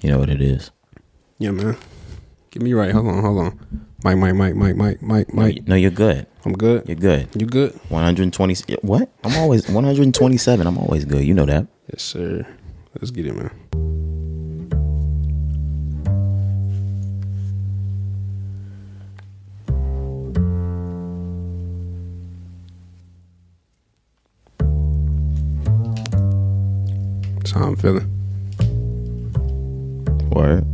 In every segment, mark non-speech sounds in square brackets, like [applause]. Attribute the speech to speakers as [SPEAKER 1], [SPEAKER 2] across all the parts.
[SPEAKER 1] You know what it is.
[SPEAKER 2] Yeah, man. Give me right. Hold on, hold on. Mike, Mike, Mike, Mike, Mike, Mike, Mike.
[SPEAKER 1] No, you're good.
[SPEAKER 2] I'm good.
[SPEAKER 1] You're good.
[SPEAKER 2] You good?
[SPEAKER 1] 120. What? I'm always 127. I'm always good. You know that.
[SPEAKER 2] Yes, sir. Let's get it, man. That's how I'm feeling.
[SPEAKER 1] Word.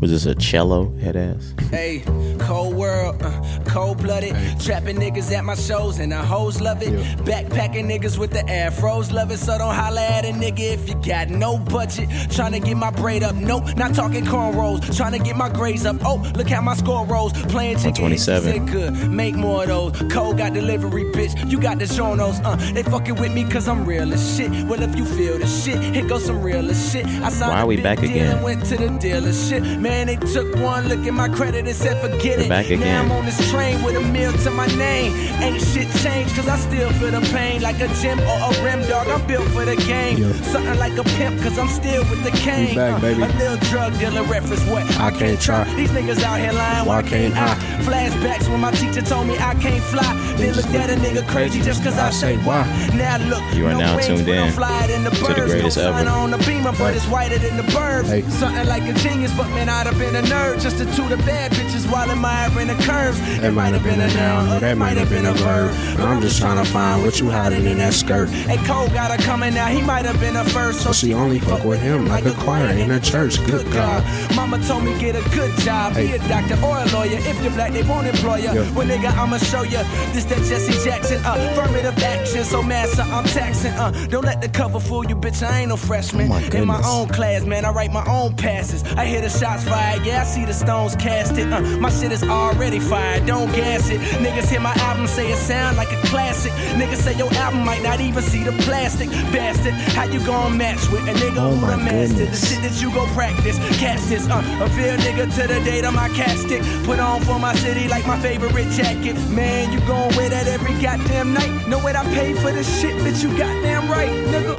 [SPEAKER 1] Was this a cello head ass?
[SPEAKER 3] Hey, cold world, uh, cold blooded. Trapping niggas at my shows and the hoes love it.
[SPEAKER 2] Yeah.
[SPEAKER 3] Backpacking niggas with the afros love it. So don't holla at a nigga if you got no budget. Trying to get my braid up. Nope, not talking cornrows. Trying to get my grades up. Oh, look how my score rolls. Playing chicken. hits,
[SPEAKER 1] 127.
[SPEAKER 3] sick good. Make more of those. Cold got delivery, bitch. You got the journos. Uh, they fucking with me cause I'm real as shit. Well, if you feel the shit, here goes some real as shit. I signed
[SPEAKER 1] Why
[SPEAKER 3] a
[SPEAKER 1] are we
[SPEAKER 3] big
[SPEAKER 1] back
[SPEAKER 3] deal
[SPEAKER 1] again?
[SPEAKER 3] and went to the dealership. Man, they took one look at my credit and said, forget
[SPEAKER 1] We're
[SPEAKER 3] it.
[SPEAKER 1] back
[SPEAKER 3] Now
[SPEAKER 1] again.
[SPEAKER 3] I'm on this train with a meal to my name. Ain't shit changed, cause I still feel the pain. Like a gym or a rim dog, I'm built for the game.
[SPEAKER 2] Yeah.
[SPEAKER 3] Something like a pimp, cause I'm still with the cane.
[SPEAKER 2] back,
[SPEAKER 3] Uh,
[SPEAKER 2] baby.
[SPEAKER 3] A little drug dealer reference, what? I,
[SPEAKER 2] can't try.
[SPEAKER 3] These niggas out here lying, why,
[SPEAKER 2] Why can't I?
[SPEAKER 3] Flashbacks when my teacher told me I can't fly. Then
[SPEAKER 2] just
[SPEAKER 3] looked at a nigga crazy just cause I, say why. Now look,
[SPEAKER 1] You are
[SPEAKER 3] no
[SPEAKER 1] now
[SPEAKER 3] wings,
[SPEAKER 1] tuned
[SPEAKER 3] but I'm
[SPEAKER 1] in
[SPEAKER 3] flying in the
[SPEAKER 1] to the
[SPEAKER 3] birds. No
[SPEAKER 1] greatest
[SPEAKER 3] sign
[SPEAKER 1] ever.
[SPEAKER 3] on the beamer, but it's whiter than the birds.
[SPEAKER 2] Hey.
[SPEAKER 3] Something like a genius, but man, I'd have been a nerd just to toot the bad bitches while admiring the curves. It
[SPEAKER 2] might have been a noun, or that might have been a verb. But I'm just tryna find what you hiding in that skirt.
[SPEAKER 3] Hey, Cole got her coming now, he might have been a first. So
[SPEAKER 2] But she only fuck with him like a choir in a church. Good God.
[SPEAKER 3] Mama told me get a good job, be
[SPEAKER 2] Hey.
[SPEAKER 3] a doctor or a lawyer. If you're black, they won't employ you.
[SPEAKER 2] Yeah.
[SPEAKER 3] Well, nigga, I'ma show you this that Jesse Jackson uh, affirmative action. So master, I'm taxing. Uh, don't let the cover fool you, bitch. I ain't no freshman.
[SPEAKER 1] Oh my
[SPEAKER 3] in my
[SPEAKER 1] goodness.
[SPEAKER 3] own class, man, I write my own passes. I hear the shots fired, yeah, I see the stones casted. Uh, my shit is already fired, don't gas it. Niggas hear my album, say it sound like a classic. Niggas say your album might not even see the plastic. Bastard, how you gon' match with a nigga
[SPEAKER 1] Oh
[SPEAKER 3] who
[SPEAKER 1] my
[SPEAKER 3] done mastered the
[SPEAKER 1] goodness.
[SPEAKER 3] shit that you go practice? Cast this, uh, a real nigga to the date of my cast it. Put on for my city like my favorite jacket. Man, you gon' wear that every goddamn night. Know what I paid for this shit, bitch, you goddamn right, nigga.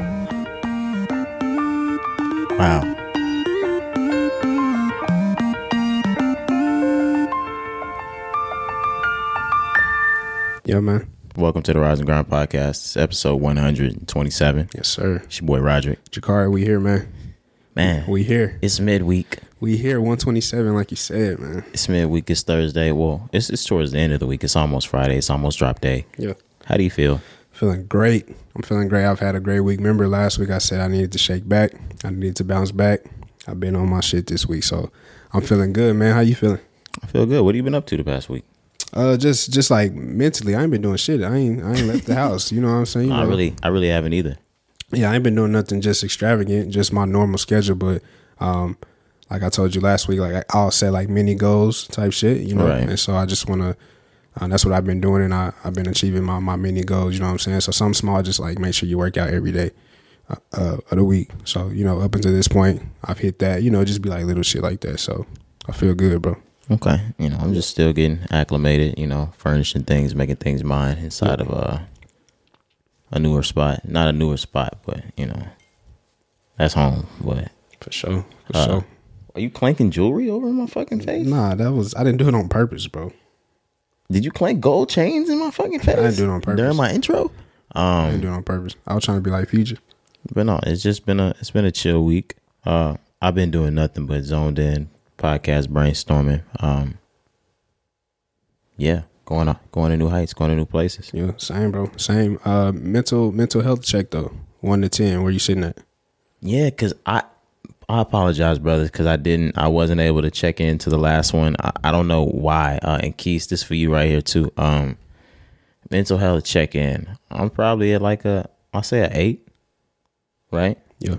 [SPEAKER 1] Wow.
[SPEAKER 2] Yeah, man.
[SPEAKER 1] Welcome to the Rise and Grind podcast. It's episode 127.
[SPEAKER 2] Yes, sir.
[SPEAKER 1] It's your boy Roderick.
[SPEAKER 2] Jakari, we here, man.
[SPEAKER 1] Man,
[SPEAKER 2] We here.
[SPEAKER 1] it's midweek.
[SPEAKER 2] We here. 127, like you said, man.
[SPEAKER 1] It's midweek. It's Thursday. Well, it's, it's towards the end of the week. It's almost Friday. It's almost drop day.
[SPEAKER 2] Yeah.
[SPEAKER 1] How do you feel?
[SPEAKER 2] Feeling great. I'm feeling great. I've had a great week. Remember last week I said I needed to shake back. I needed to bounce back. I've been on my shit this week, so I'm feeling good, man. How you feeling?
[SPEAKER 1] I feel good. What have you been up to the past week?
[SPEAKER 2] Uh, just just like mentally, I ain't been doing shit. I ain't I ain't left [laughs] the house. You know what I'm saying? You
[SPEAKER 1] I
[SPEAKER 2] know?
[SPEAKER 1] really, I really haven't either.
[SPEAKER 2] yeah, I ain't been doing nothing just extravagant, just my normal schedule. But um, like I told you last week, like I'll set like mini goals type shit, you know.
[SPEAKER 1] Right.
[SPEAKER 2] And so I just want to. Uh, that's what I've been doing, and I I've been achieving my my mini goals. You know what I'm saying? So some small, just like make sure you work out every day. Uh, uh, of the week, so you know, up until this point, I've hit that. You know, just be like little shit like that. So I feel good, bro.
[SPEAKER 1] Okay, you know, I'm just still getting acclimated. You know, furnishing things, making things mine inside of a a newer spot. Not a newer spot, but you know, that's home. But
[SPEAKER 2] For sure, for
[SPEAKER 1] Uh,
[SPEAKER 2] sure.
[SPEAKER 1] are you clanking jewelry over my fucking face?
[SPEAKER 2] Nah, that was I didn't do it on purpose, bro.
[SPEAKER 1] Did you clank gold chains in my fucking face?
[SPEAKER 2] didn't do it on purpose.
[SPEAKER 1] during my intro.
[SPEAKER 2] I didn't do it on purpose. I was trying to be like Future.
[SPEAKER 1] But no, it's just been a it's been a chill week. Uh, I've been doing nothing but zoned in podcast brainstorming. Um, yeah, going on, going to new heights, going to new places.
[SPEAKER 2] Yeah, same, bro. Same. Uh, mental mental health check though. One to ten. Where you sitting at?
[SPEAKER 1] Yeah, cause I I apologize, brothers, cause I didn't I wasn't able to check into the last one. I, I don't know why. Uh, and Keith, this for you right here too. Um, mental health check in. I'm probably at like a I say a eight, right?
[SPEAKER 2] Yeah,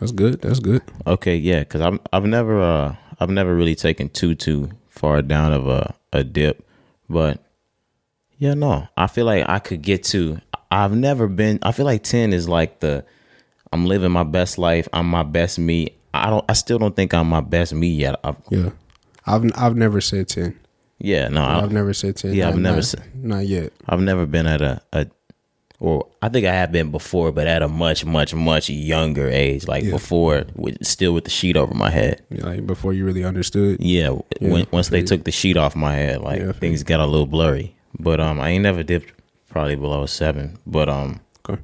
[SPEAKER 2] that's good. That's good.
[SPEAKER 1] Okay, yeah, because I'm I've never uh I've never really taken too too far down of a a dip, but yeah, no, I feel like I could get to. I've never been. I feel like ten is like the I'm living my best life. I'm my best me. I don't. I still don't think I'm my best me yet. i
[SPEAKER 2] Yeah, I've I've never said ten.
[SPEAKER 1] yeah, no,
[SPEAKER 2] I've
[SPEAKER 1] I've,
[SPEAKER 2] never said ten.
[SPEAKER 1] Uh, Yeah, I've
[SPEAKER 2] Not-
[SPEAKER 1] never
[SPEAKER 2] not-
[SPEAKER 1] said-
[SPEAKER 2] Not yet.
[SPEAKER 1] I've never been at a a or I think I have been before, but at a much, much, much younger age, like before, with, still with the sheet over my head.
[SPEAKER 2] Like before you really understood.
[SPEAKER 1] Yeah, when, once they took the sheet off my head, like
[SPEAKER 2] Yeah, I feel
[SPEAKER 1] things got a little blurry. But um, I ain't never dipped probably below seven. But um, [clears throat]
[SPEAKER 2] Okay.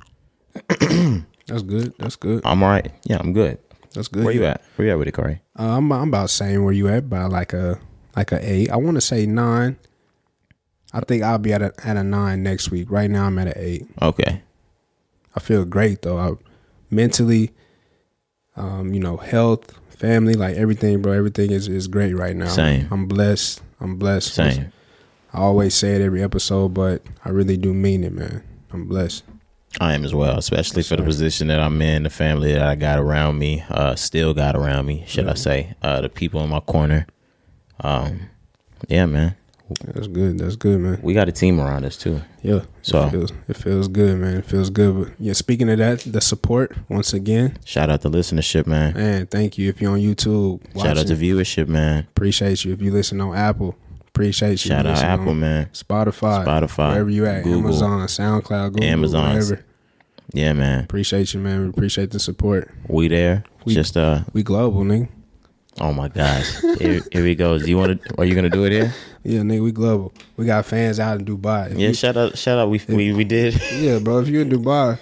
[SPEAKER 2] That's good. That's good.
[SPEAKER 1] I'm all right. Yeah, I'm good.
[SPEAKER 2] That's good.
[SPEAKER 1] Where you at? Where you at with it, Corey?
[SPEAKER 2] Uh, I'm I'm about saying where you at by like a like a eight. I want to say nine. I think I'll be at a at a nine next week. Right now I'm at an eight.
[SPEAKER 1] Okay.
[SPEAKER 2] I feel great though. I mentally, um, you know, health, family, like everything, bro. Everything is is great right now.
[SPEAKER 1] Same.
[SPEAKER 2] I'm blessed. I'm blessed.
[SPEAKER 1] Same.
[SPEAKER 2] I always say it every episode, but I really do mean it, man. I'm blessed.
[SPEAKER 1] I am as well, especially for the position that I'm in, the family that I got around me, uh, still got around me, should I say? Uh, the people in my corner. Um, yeah, man,
[SPEAKER 2] That's good. That's good, man.
[SPEAKER 1] we got a team around us too.
[SPEAKER 2] Yeah.
[SPEAKER 1] So-
[SPEAKER 2] it feels, it feels good, man. It feels good. But yeah, speaking of that, the support once again.
[SPEAKER 1] Shout out to listenership, man.
[SPEAKER 2] Man, thank you. If you're on YouTube,
[SPEAKER 1] Shout out to
[SPEAKER 2] watching,
[SPEAKER 1] viewership, man.
[SPEAKER 2] appreciate you. If you listen on Apple, appreciate you.
[SPEAKER 1] Shout out
[SPEAKER 2] Listen on
[SPEAKER 1] Apple, man.
[SPEAKER 2] Spotify,
[SPEAKER 1] Spotify,
[SPEAKER 2] wherever you at,
[SPEAKER 1] Google,
[SPEAKER 2] Amazon, SoundCloud, Google,
[SPEAKER 1] Amazon.
[SPEAKER 2] wherever.
[SPEAKER 1] Yeah, man.
[SPEAKER 2] Appreciate you, man. We appreciate the support.
[SPEAKER 1] We there.
[SPEAKER 2] We-
[SPEAKER 1] Just uh
[SPEAKER 2] We global, nigga.
[SPEAKER 1] oh my gosh. here, here he goes. Do you wanna are you gonna do it here?
[SPEAKER 2] Yeah, nigga, we global. We got fans out in Dubai. If
[SPEAKER 1] Yeah,
[SPEAKER 2] you-
[SPEAKER 1] shout out shout out. We we, we did
[SPEAKER 2] yeah, bro. If you're in Dubai,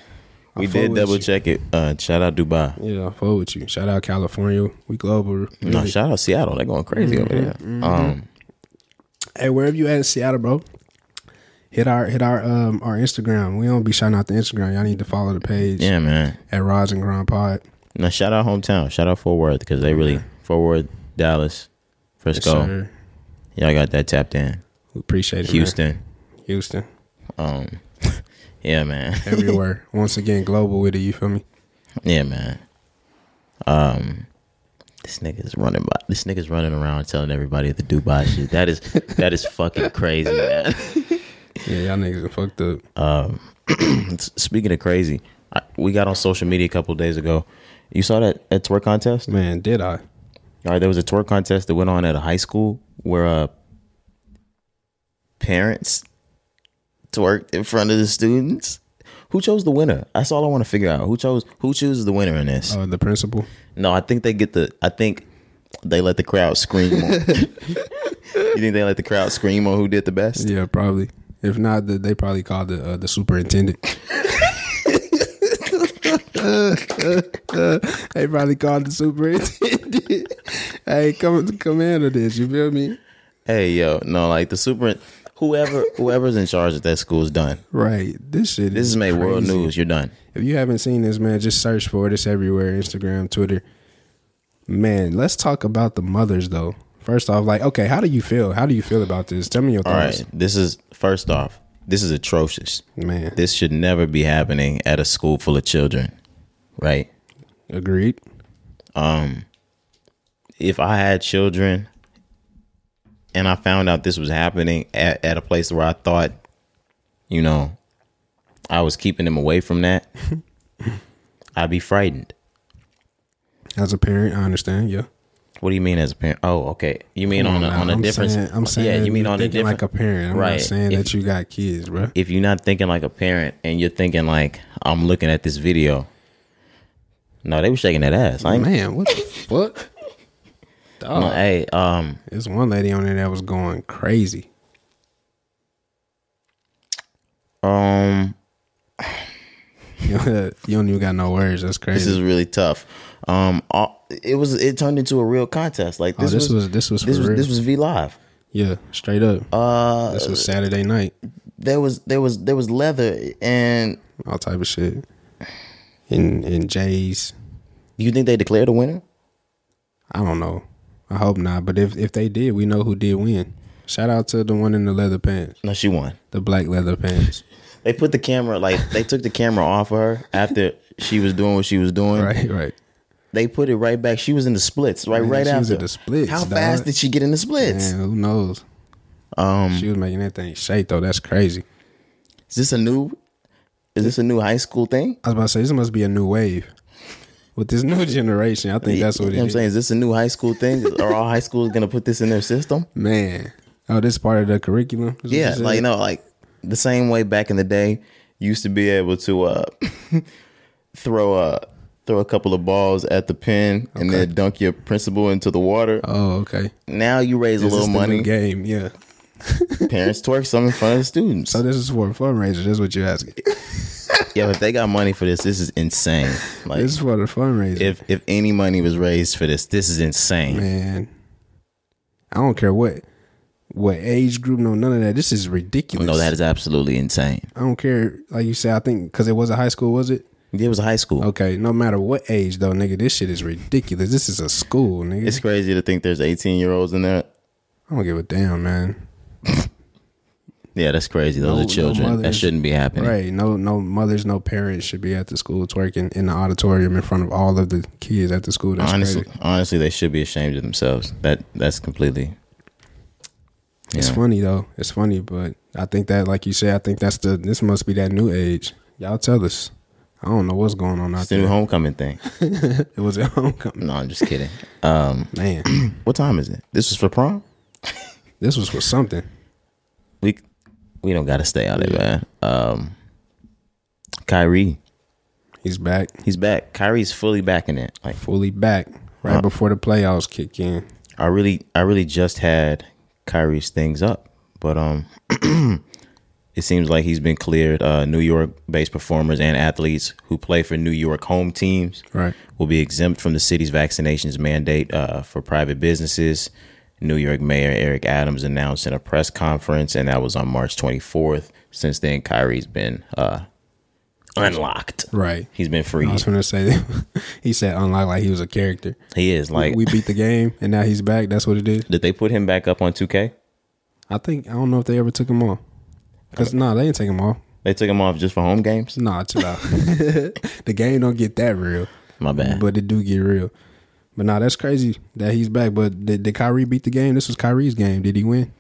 [SPEAKER 2] I
[SPEAKER 1] we
[SPEAKER 2] fuck
[SPEAKER 1] did
[SPEAKER 2] with
[SPEAKER 1] double
[SPEAKER 2] you.
[SPEAKER 1] check it. Uh shout out Dubai.
[SPEAKER 2] Yeah, I fuck with you. Shout out California. We global.
[SPEAKER 1] No, shout out Seattle. They're going crazy over there. Um
[SPEAKER 2] Hey, wherever you at in Seattle, bro, hit our hit our um our Instagram. We don't be shouting out the Instagram. Y'all need to follow the page
[SPEAKER 1] yeah, man.
[SPEAKER 2] at Rods and Grind Pod.
[SPEAKER 1] Now shout out hometown. Shout out Fort Worth because they really Fort Worth, Dallas, Frisco.
[SPEAKER 2] sir.
[SPEAKER 1] Y'all got that tapped in.
[SPEAKER 2] We appreciate it. man.
[SPEAKER 1] Houston.
[SPEAKER 2] Houston.
[SPEAKER 1] Um [laughs] yeah, man.
[SPEAKER 2] [laughs] Everywhere. Once again, global with it, you feel me?
[SPEAKER 1] Yeah, man. Um, this nigga's running by. This nigga's running around telling everybody the Dubai shit. That is that is fucking crazy, man.
[SPEAKER 2] Yeah, y'all niggas are fucked up.
[SPEAKER 1] Speaking of crazy, I, we got on social media a couple days ago. You saw that that twerk contest?
[SPEAKER 2] Man, did I?
[SPEAKER 1] All right, there was a twerk contest that went on at a high school where uh parents twerked in front of the students. Who chose the winner? That's all I want to figure out. Who chose who chooses the winner in this?
[SPEAKER 2] Oh, the principal.
[SPEAKER 1] No, I think they get the. I think they let the crowd scream.
[SPEAKER 2] [laughs]
[SPEAKER 1] on- you think they let the crowd scream on who did the best?
[SPEAKER 2] Yeah, probably. If not, the, they probably called the uh, the [laughs] superintendent. they probably called the superintendent. [laughs] hey, come come handle this. You feel me?
[SPEAKER 1] Hey, yo, no, like the super, whoever whoever's in charge at that school is done.
[SPEAKER 2] Right. This shit.
[SPEAKER 1] This is made world
[SPEAKER 2] crazy.
[SPEAKER 1] news. You're done.
[SPEAKER 2] If you haven't seen this, man, just search for it. It's everywhere Instagram, Twitter. Man, let's talk about the mothers, though. First off, like, okay, how do you feel? How do you feel about this? Tell me your
[SPEAKER 1] All right,
[SPEAKER 2] thoughts.
[SPEAKER 1] this is first off. This is atrocious.
[SPEAKER 2] Man,
[SPEAKER 1] This should never be happening at a school full of children, right? Um,
[SPEAKER 2] agreed.
[SPEAKER 1] if I had children and I found out this was happening at, at a place where I thought, you know, I was keeping them away from
[SPEAKER 2] [laughs]
[SPEAKER 1] that, I'd be frightened.
[SPEAKER 2] As a parent, I understand. Yeah.
[SPEAKER 1] What do you mean as a parent? Oh, okay. You mean on, a,
[SPEAKER 2] Nah,
[SPEAKER 1] on a
[SPEAKER 2] I'm
[SPEAKER 1] difference?
[SPEAKER 2] Saying, I'm saying,
[SPEAKER 1] yeah. You mean on a
[SPEAKER 2] thinking
[SPEAKER 1] different?
[SPEAKER 2] like a parent. I'm
[SPEAKER 1] Right.
[SPEAKER 2] not saying
[SPEAKER 1] If-
[SPEAKER 2] that you got kids, bro.
[SPEAKER 1] if you're not thinking like a parent and you're thinking like I'm looking at this video, no, they were shaking that ass. I ain't,
[SPEAKER 2] Man, what
[SPEAKER 1] [laughs]
[SPEAKER 2] the fuck?
[SPEAKER 1] no, hey, um,
[SPEAKER 2] There's one lady on there that was going crazy. [laughs]
[SPEAKER 1] um,
[SPEAKER 2] you don't even got no words. That's crazy.
[SPEAKER 1] this is really tough. Um, all, it was it turned into a real contest. Like
[SPEAKER 2] oh,
[SPEAKER 1] this, was,
[SPEAKER 2] this was for
[SPEAKER 1] this was
[SPEAKER 2] real.
[SPEAKER 1] this was V Live.
[SPEAKER 2] yeah, straight up.
[SPEAKER 1] Uh,
[SPEAKER 2] this was Saturday night.
[SPEAKER 1] there was there was there was leather, and
[SPEAKER 2] all type of shit. And and Jay's,
[SPEAKER 1] you think they declared a winner?
[SPEAKER 2] I don't know. I hope not. But if if they did, we know who did win. Shout out to the one in the leather pants,
[SPEAKER 1] No, she won.
[SPEAKER 2] the black
[SPEAKER 1] [laughs]
[SPEAKER 2] leather pants.
[SPEAKER 1] They put the camera like they took the camera off of her after she was doing what she was doing.
[SPEAKER 2] right, right.
[SPEAKER 1] They put it right back. She was in the splits right right
[SPEAKER 2] she
[SPEAKER 1] after.
[SPEAKER 2] was in the splits,
[SPEAKER 1] How
[SPEAKER 2] dog.
[SPEAKER 1] fast did she get in the splits?
[SPEAKER 2] Man, who knows?
[SPEAKER 1] Um,
[SPEAKER 2] She was making that thing shake though. That's crazy.
[SPEAKER 1] is this a new? Is this a new high school thing?
[SPEAKER 2] I was about to say this must be a new wave with this new [laughs] generation. I think that's what
[SPEAKER 1] you know
[SPEAKER 2] it
[SPEAKER 1] what I'm
[SPEAKER 2] is.
[SPEAKER 1] saying. Is this a new high school
[SPEAKER 2] [laughs]
[SPEAKER 1] thing? Are all high schools gonna put this in their system?
[SPEAKER 2] Man, oh, this part of the curriculum. Is what
[SPEAKER 1] Yeah,
[SPEAKER 2] you said?
[SPEAKER 1] like no, like the same way back in the day, used to be able to uh, [laughs] throw a throw a couple of balls at the pin and then dunk your principal into the water.
[SPEAKER 2] Oh, okay.
[SPEAKER 1] Now you raise
[SPEAKER 2] This
[SPEAKER 1] a
[SPEAKER 2] is
[SPEAKER 1] little
[SPEAKER 2] the new
[SPEAKER 1] money.
[SPEAKER 2] game. Yeah.
[SPEAKER 1] Parents twerk some in front of the students.
[SPEAKER 2] So Oh, this is for a fundraiser. That's what you're asking.
[SPEAKER 1] yeah, if they got money for this, this is insane. Like
[SPEAKER 2] This is for the fundraiser.
[SPEAKER 1] if if any money was raised for this, this is insane.
[SPEAKER 2] Man, I don't care what what age group, no none of that. This is ridiculous.
[SPEAKER 1] No, that is absolutely insane.
[SPEAKER 2] I don't care. Like you said, I think because it was a high school, was it?
[SPEAKER 1] It was high school.
[SPEAKER 2] Okay, no matter what age though, nigga, this shit is ridiculous. This is a school, nigga.
[SPEAKER 1] It's crazy to think there's 18 year olds in there.
[SPEAKER 2] I don't give a damn, man.
[SPEAKER 1] Yeah, that's crazy. Those
[SPEAKER 2] No-
[SPEAKER 1] are children.
[SPEAKER 2] no
[SPEAKER 1] that
[SPEAKER 2] mothers.
[SPEAKER 1] shouldn't be happening.
[SPEAKER 2] Right? No, no mothers, no parents should be at the school twerking in the auditorium in front of all of the kids at the school. That's
[SPEAKER 1] honestly,
[SPEAKER 2] crazy.
[SPEAKER 1] honestly, they should be ashamed of themselves. That that's completely.
[SPEAKER 2] It's
[SPEAKER 1] Yeah.
[SPEAKER 2] funny though. It's funny, but I think that, like you said, I think that's the. This must be that new age. Y'all tell us. I don't know what's going on out
[SPEAKER 1] It's the new
[SPEAKER 2] there.
[SPEAKER 1] homecoming thing.
[SPEAKER 2] It was at [laughs] homecoming.
[SPEAKER 1] No, I'm just
[SPEAKER 2] [laughs]
[SPEAKER 1] kidding. Um,
[SPEAKER 2] Man,
[SPEAKER 1] what time is it? This was for prom.
[SPEAKER 2] this was for something.
[SPEAKER 1] We we don't gotta stay out of it, man. Um, Kyrie,
[SPEAKER 2] He's back,
[SPEAKER 1] he's back. Kyrie's fully back in it. Like
[SPEAKER 2] fully back, right
[SPEAKER 1] Huh.
[SPEAKER 2] before the playoffs kick in.
[SPEAKER 1] I really, I really just had Kyrie's things up, but um, [clears throat] it seems like he's been cleared. Uh, New York-based performers and athletes who play for New York home teams
[SPEAKER 2] Right.
[SPEAKER 1] will be exempt from the city's vaccinations mandate uh, for private businesses. New York Mayor Eric Adams announced in a press conference, and that was on March 24th. Since then, Kyrie's been uh, unlocked.
[SPEAKER 2] Right.
[SPEAKER 1] He's been
[SPEAKER 2] I
[SPEAKER 1] free.
[SPEAKER 2] was gonna say, [laughs] he said unlocked like he was a character.
[SPEAKER 1] He is like.
[SPEAKER 2] we beat the game, and now he's back. That's what it is.
[SPEAKER 1] did they put him back up on 2K?
[SPEAKER 2] I think I don't know if they ever took him off.
[SPEAKER 1] Uh,
[SPEAKER 2] Cause nah, they didn't take him off.
[SPEAKER 1] They took him off just for home games.
[SPEAKER 2] Nah, chill out. [laughs] the game don't get that real,
[SPEAKER 1] My bad.
[SPEAKER 2] but it do get real. But nah, that's crazy that he's back. But did, did Kyrie beat the game? This was Kyrie's game. Did he win?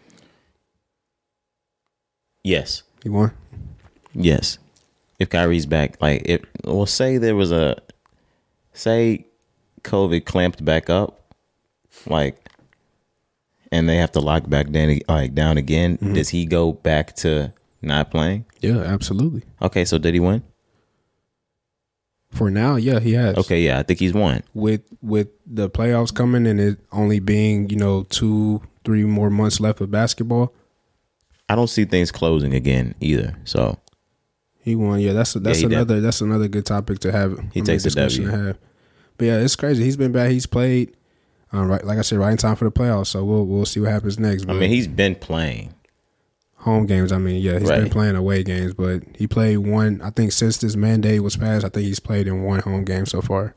[SPEAKER 1] yes.
[SPEAKER 2] He won.
[SPEAKER 1] Yes. If Kyrie's back, like if well, say there was a say COVID clamped back up, like and they have to lock back down like down again,
[SPEAKER 2] Mm-hmm.
[SPEAKER 1] does he go back to not playing?
[SPEAKER 2] Yeah, absolutely.
[SPEAKER 1] Okay, so did he win?
[SPEAKER 2] For now, yeah, he has.
[SPEAKER 1] Okay, yeah, I think he's won.
[SPEAKER 2] with with the playoffs coming and it only being you know two three more months left of basketball
[SPEAKER 1] I don't see things closing again either. So
[SPEAKER 2] he won yeah that's that's
[SPEAKER 1] he did.
[SPEAKER 2] another that's another good topic to have I mean,
[SPEAKER 1] takes a
[SPEAKER 2] discussion
[SPEAKER 1] W.
[SPEAKER 2] to have but yeah it's crazy he's been back he's played uh, right like I said right in time for the playoffs so we'll we'll see what happens next
[SPEAKER 1] I
[SPEAKER 2] but
[SPEAKER 1] mean he's been playing.
[SPEAKER 2] home games I mean yeah he's been
[SPEAKER 1] Right.
[SPEAKER 2] playing away games but he played one I think since this mandate was passed I think he's played in one home game so far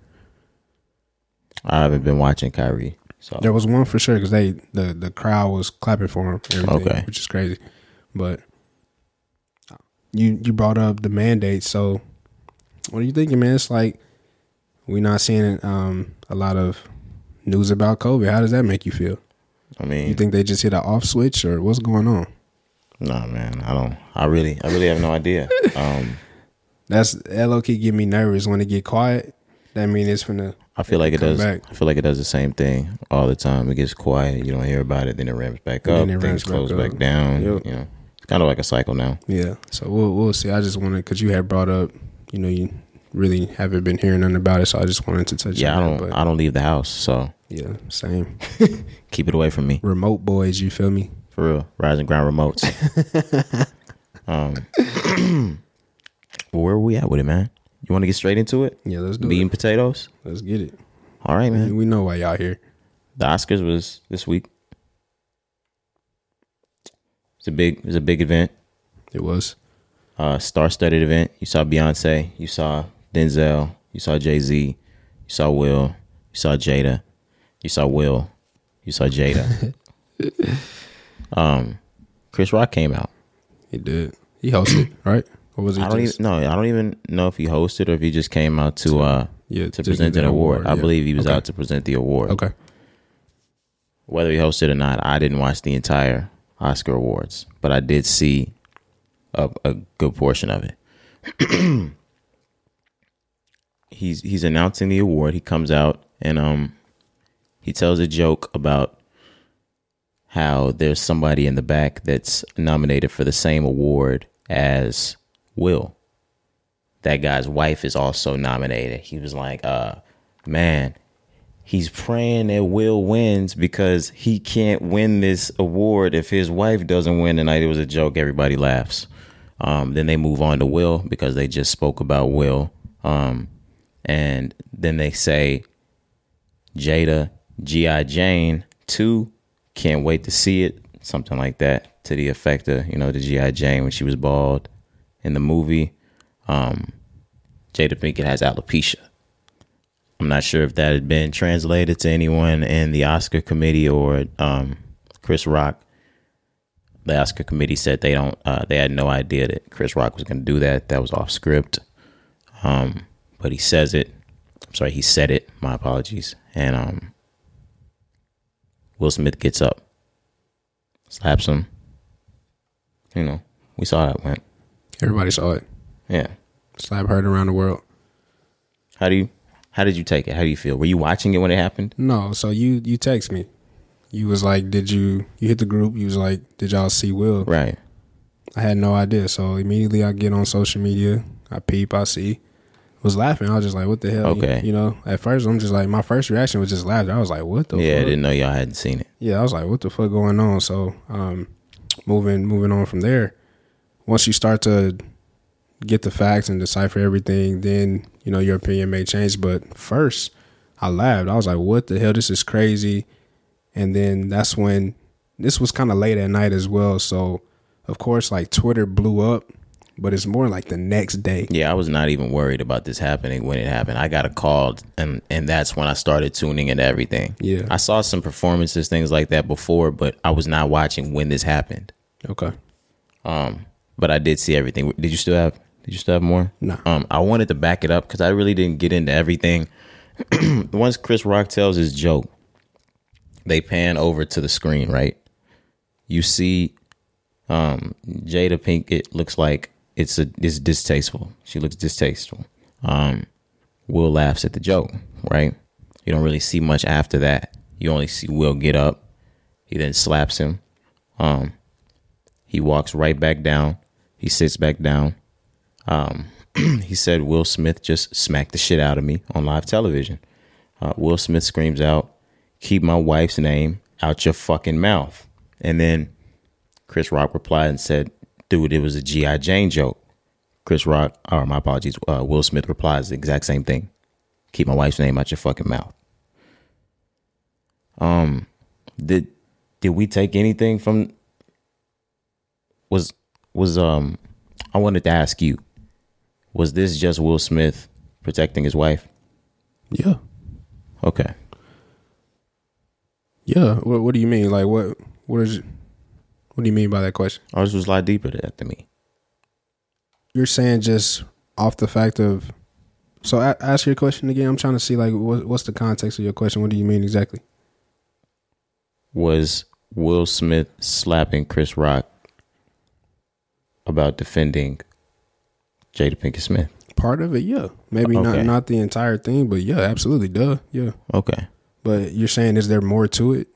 [SPEAKER 1] I haven't been watching Kyrie. So
[SPEAKER 2] There was one for sure because they the the crowd was clapping for him. Everything,
[SPEAKER 1] Okay.
[SPEAKER 2] which is crazy. But uh, you you brought up the mandate, so what are you thinking, man? It's like we're not seeing um, a lot of news about COVID. How does that make you feel?
[SPEAKER 1] I mean
[SPEAKER 2] You think they just hit an off switch, or what's going on?
[SPEAKER 1] No man, I don't I really I really have no
[SPEAKER 2] [laughs]
[SPEAKER 1] idea. Um
[SPEAKER 2] That's that low key get me nervous when it get quiet. That mean it's finna
[SPEAKER 1] I feel like it
[SPEAKER 2] Come
[SPEAKER 1] does.
[SPEAKER 2] back.
[SPEAKER 1] I feel like it does the same thing all the time. It gets quiet, you don't hear about it, then it ramps back
[SPEAKER 2] And
[SPEAKER 1] up,
[SPEAKER 2] then it
[SPEAKER 1] things
[SPEAKER 2] ramps
[SPEAKER 1] close
[SPEAKER 2] back
[SPEAKER 1] back,
[SPEAKER 2] up.
[SPEAKER 1] down.
[SPEAKER 2] Yep.
[SPEAKER 1] You know, it's kind of like a cycle now.
[SPEAKER 2] Yeah. So we'll we'll see. I just wanted because you had brought up, you know, you really haven't been hearing nothing about it, so I just wanted to touch.
[SPEAKER 1] Yeah, I
[SPEAKER 2] on
[SPEAKER 1] don't.
[SPEAKER 2] That, but
[SPEAKER 1] I don't leave the house, so
[SPEAKER 2] yeah, same.
[SPEAKER 1] keep it away from me
[SPEAKER 2] Remote boys, you feel me?
[SPEAKER 1] for real. Rising ground
[SPEAKER 2] [laughs]
[SPEAKER 1] remotes. um, [clears throat] where are we at with it, man? You want to get straight into it?
[SPEAKER 2] Yeah, let's do
[SPEAKER 1] Bean
[SPEAKER 2] it.
[SPEAKER 1] potatoes.
[SPEAKER 2] Let's get it.
[SPEAKER 1] All right, man.
[SPEAKER 2] We know why y'all here.
[SPEAKER 1] The Oscars was this week. It's a big. It's a big event.
[SPEAKER 2] It was
[SPEAKER 1] uh, star-studded event. You saw Beyonce, you saw Denzel, you saw Jay Z, you saw Will, you saw Jada, you saw Will, you saw
[SPEAKER 2] [laughs]
[SPEAKER 1] Jada. um, Chris Rock came out.
[SPEAKER 2] it did. He hosted, [clears throat] right? Or was he
[SPEAKER 1] I don't
[SPEAKER 2] just
[SPEAKER 1] even no. I don't even know if he hosted or if he just came out to uh
[SPEAKER 2] Yeah,
[SPEAKER 1] to
[SPEAKER 2] to
[SPEAKER 1] present
[SPEAKER 2] give
[SPEAKER 1] an
[SPEAKER 2] an
[SPEAKER 1] award.
[SPEAKER 2] award,
[SPEAKER 1] I
[SPEAKER 2] yeah.
[SPEAKER 1] believe he was
[SPEAKER 2] Okay.
[SPEAKER 1] out to present the award.
[SPEAKER 2] okay?
[SPEAKER 1] Whether he hosted or not, I didn't watch the entire Oscar awards, but I did see a, a good portion of it. [clears throat] he's he's announcing the award. He comes out and um he tells a joke about how there's somebody in the back that's nominated for the same award as Will that guy's wife is also nominated. He was like, uh, man, he's praying that Will wins because he can't win this award if his wife doesn't win tonight. It was a joke. Everybody laughs. Um, then they move on to Will because they just spoke about Will. Um, and then they say Jada, G.I. Jane 2, can't wait to see it. Something like that to the effect of, you know, the G.I. Jane when she was bald in the movie. Um, Jada Pinkett has alopecia. I'm not sure if that had been translated to anyone in the Oscar committee or um, Chris Rock. The Oscar committee said they don't, uh, they had no idea that Chris Rock was going to do that. That was off script. Um, but he says it. I'm sorry, he said it. My apologies. And um, Will Smith gets up, slaps him. You know, we saw how it went.
[SPEAKER 2] Everybody saw it.
[SPEAKER 1] Yeah.
[SPEAKER 2] Slap heard around the world.
[SPEAKER 1] How do you? How did you take it? How do you feel? Were you watching it when it happened?
[SPEAKER 2] No, so you you text me. You was like, did you you hit the group? You was like, did y'all see Will?
[SPEAKER 1] Right.
[SPEAKER 2] I had no idea. So immediately I get on social media. I peep. I see. Was laughing. I was just like, what the hell?
[SPEAKER 1] Okay.
[SPEAKER 2] You, know. At first, I'm just like, my first reaction was just laughter. I was like, what the?
[SPEAKER 1] Yeah, I
[SPEAKER 2] fuck?
[SPEAKER 1] didn't know y'all hadn't seen it.
[SPEAKER 2] yeah, I was like, what the fuck going on? So, um, moving moving on from there, once you start to get the facts and decipher everything, then you know your opinion may change. But first, I laughed. I was like, what the hell? This is crazy. And then that's when this was kind of late at night as well. So, of course, like Twitter blew up, but it's more like the next day.
[SPEAKER 1] Yeah, I was not even worried about this happening when it happened. I got a call, and and that's when I started tuning into everything.
[SPEAKER 2] Yeah.
[SPEAKER 1] I saw some performances, things like that before, but I was not watching when this happened.
[SPEAKER 2] Okay.
[SPEAKER 1] But I did see everything. Did you still have? Did you still have more?
[SPEAKER 2] No.
[SPEAKER 1] Um, I wanted to back it up because I really didn't get into everything. [clears throat] Once Chris Rock tells his joke, they pan over to the screen. Right, you see, um, Jada Pinkett looks like it's a it's distasteful. She looks distasteful. Um, Will laughs at the joke. Right, you don't really see much after that. You only see Will get up. He then slaps him. Um, he walks right back down. He sits back down. Um, [clears throat] he said, Will Smith just smacked the shit out of me on live television. Uh, Will Smith screams out, Keep my wife's name out your fucking mouth. And then Chris Rock replied and said, Dude, it was a G.I. Jane joke. Chris Rock, or my apologies, uh, Will Smith replies the exact same thing. Keep my wife's name out your fucking mouth. Um, did did we take anything from was was um I wanted to ask you was this just Will Smith protecting his wife?
[SPEAKER 2] Yeah.
[SPEAKER 1] Okay.
[SPEAKER 2] Yeah. What, what do you mean? Like, what? What is? What do you mean by that question?
[SPEAKER 1] Ours was a lot deeper to that to me.
[SPEAKER 2] you're saying just off the fact of so a- ask your question again i'm trying to see like what, what's the context of your question what do you mean exactly
[SPEAKER 1] Was Will Smith slapping Chris Rock about defending Jada Pinkett Smith?
[SPEAKER 2] part of it yeah maybe
[SPEAKER 1] Okay.
[SPEAKER 2] not not the entire thing but yeah absolutely duh yeah
[SPEAKER 1] Okay.
[SPEAKER 2] but you're saying is there more to it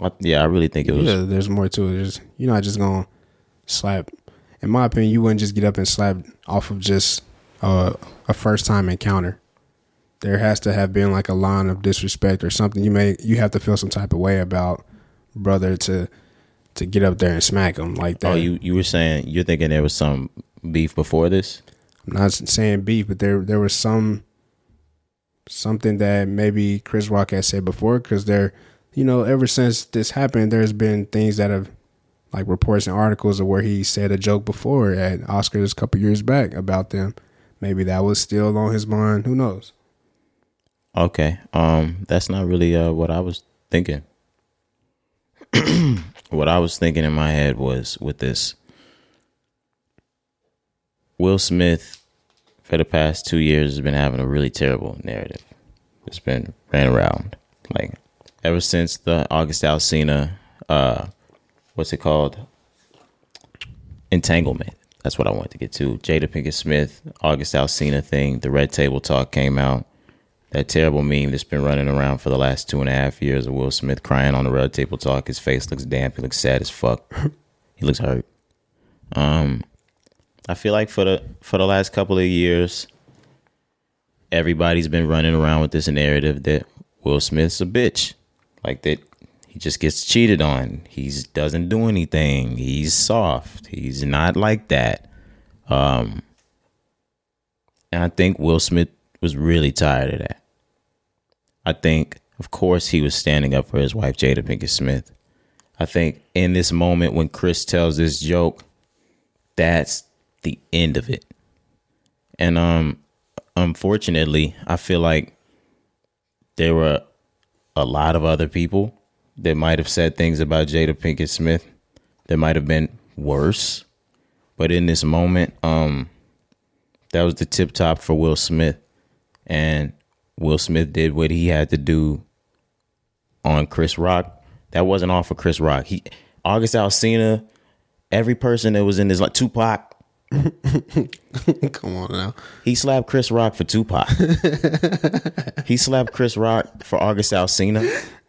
[SPEAKER 1] I, yeah, I really think it was
[SPEAKER 2] yeah there's more to it there's, you're not just gonna slap in my opinion you wouldn't just get up and slap off of just uh, a first time encounter there has to have been like a line of disrespect or something you may you have to feel some type of way about brother to to get up there and smack him like that
[SPEAKER 1] Oh, you you were saying you're thinking there was some beef before this?
[SPEAKER 2] I'm not saying beef, but there there was some something that maybe Chris Rock had said before because there, you know, ever since this happened, there's been things that have like reports and articles of where he said a joke before at Oscars a couple years back about them. Maybe that was still on his mind. Who knows? [laughs]
[SPEAKER 1] Okay. Um, that's not really uh what I was thinking. [clears throat] what I was thinking in my head was with this Will Smith for the past two years has been having a really terrible narrative. It's been ran around. Like ever since the August Alsina uh what's it called? Entanglement. That's what I wanted to get to. Jada Pinkett Smith, August Alsina thing, the red table talk came out that terrible meme that's been running around for the last two and a half years of Will Smith crying on the red table talk. His face looks damp. He looks sad as fuck. he looks hurt. Um, I feel like for the for the last couple of years, everybody's been running around with this narrative that Will Smith's a bitch, like that he just gets cheated on. He doesn't do anything. He's soft. He's not like that. Um, and I think Will Smith was really tired of that. I think, of course, he was standing up for his wife, Jada Pinkett Smith. I think in this moment when Chris tells this joke, that's the end of it. And um unfortunately, I feel like there were a lot of other people that might have said things about Jada Pinkett Smith that might have been worse. But in this moment, um that was the tip top for Will Smith. And Will Smith did what he had to do on Chris Rock. That wasn't all for Chris Rock. He August Alsina, every person that was in this like Tupac,
[SPEAKER 2] Come on now.
[SPEAKER 1] he slapped Chris Rock for Tupac. he slapped Chris Rock for August Alsina.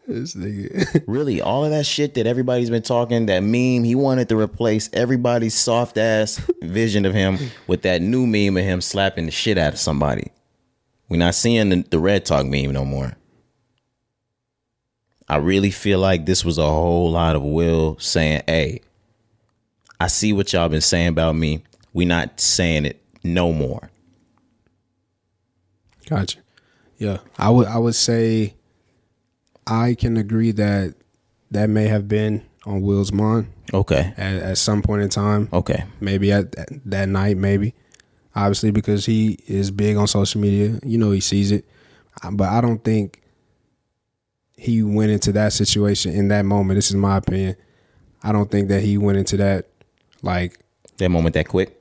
[SPEAKER 2] This nigga. [laughs]
[SPEAKER 1] Really, all of that shit that everybody's been talking, that meme, he wanted to replace everybody's soft ass [laughs] vision of him with that new meme of him slapping the shit out of somebody. We're not seeing the, the Red Talk meme no more. I really feel like this was a whole lot of Will saying, hey, I see what y'all been saying about me. we not saying it no more.
[SPEAKER 2] Gotcha. Yeah. I would I would say I can agree that that may have been on Will's mind
[SPEAKER 1] Okay.
[SPEAKER 2] at, at some point in time.
[SPEAKER 1] Okay.
[SPEAKER 2] Maybe at at that night, maybe. Obviously because he is big on social media. You know he sees it. Uh, But I don't think he went into that situation in that moment. This is my opinion. I don't think that he went into that like
[SPEAKER 1] That moment that quick.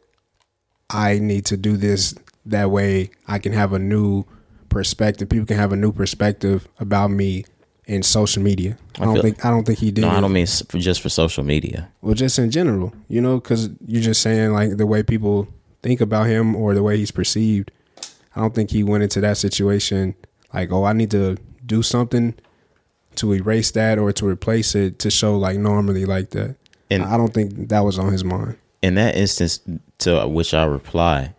[SPEAKER 2] I need to do this that way I can have a new perspective. People can have a new perspective about me in social media. I, don't
[SPEAKER 1] feel-
[SPEAKER 2] think I don't think he did.
[SPEAKER 1] No, I
[SPEAKER 2] it.
[SPEAKER 1] don't mean s- for just for social media.
[SPEAKER 2] Well, just in general, you know, because you're just saying like the way people think about him or the way he's perceived. I don't think he went into that situation like, oh, I need to do something to erase that or to replace it to show like normally like that.
[SPEAKER 1] And-
[SPEAKER 2] And I don't think that was on his mind.
[SPEAKER 1] in that instance to which I reply,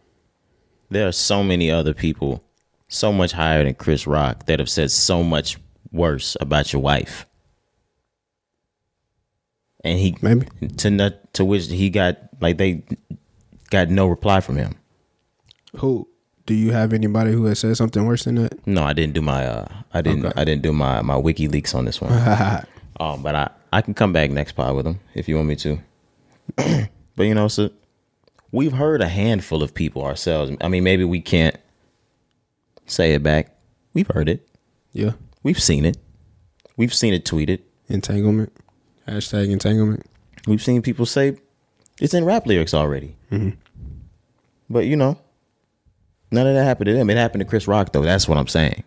[SPEAKER 1] there are so many other people so much higher than Chris Rock that have said so much worse about your wife. And he
[SPEAKER 2] Maybe.
[SPEAKER 1] to not, to which he got like they got no reply from him.
[SPEAKER 2] Who do you have anybody who has said something worse than that?
[SPEAKER 1] No, I didn't do my uh I didn't
[SPEAKER 2] Okay.
[SPEAKER 1] I didn't do my my WikiLeaks on this one. um but I I can come back next pod with him if you want me to. [clears throat] but you know, so we've heard a handful of people ourselves. I mean, maybe we can't say it back. We've heard it.
[SPEAKER 2] [laughs] Yeah.
[SPEAKER 1] We've seen it. We've seen it tweeted.
[SPEAKER 2] Entanglement. Hashtag entanglement.
[SPEAKER 1] We've seen people say it's in rap lyrics already. But you know, none of that happened to them. It happened to Chris Rock though. That's what I'm saying.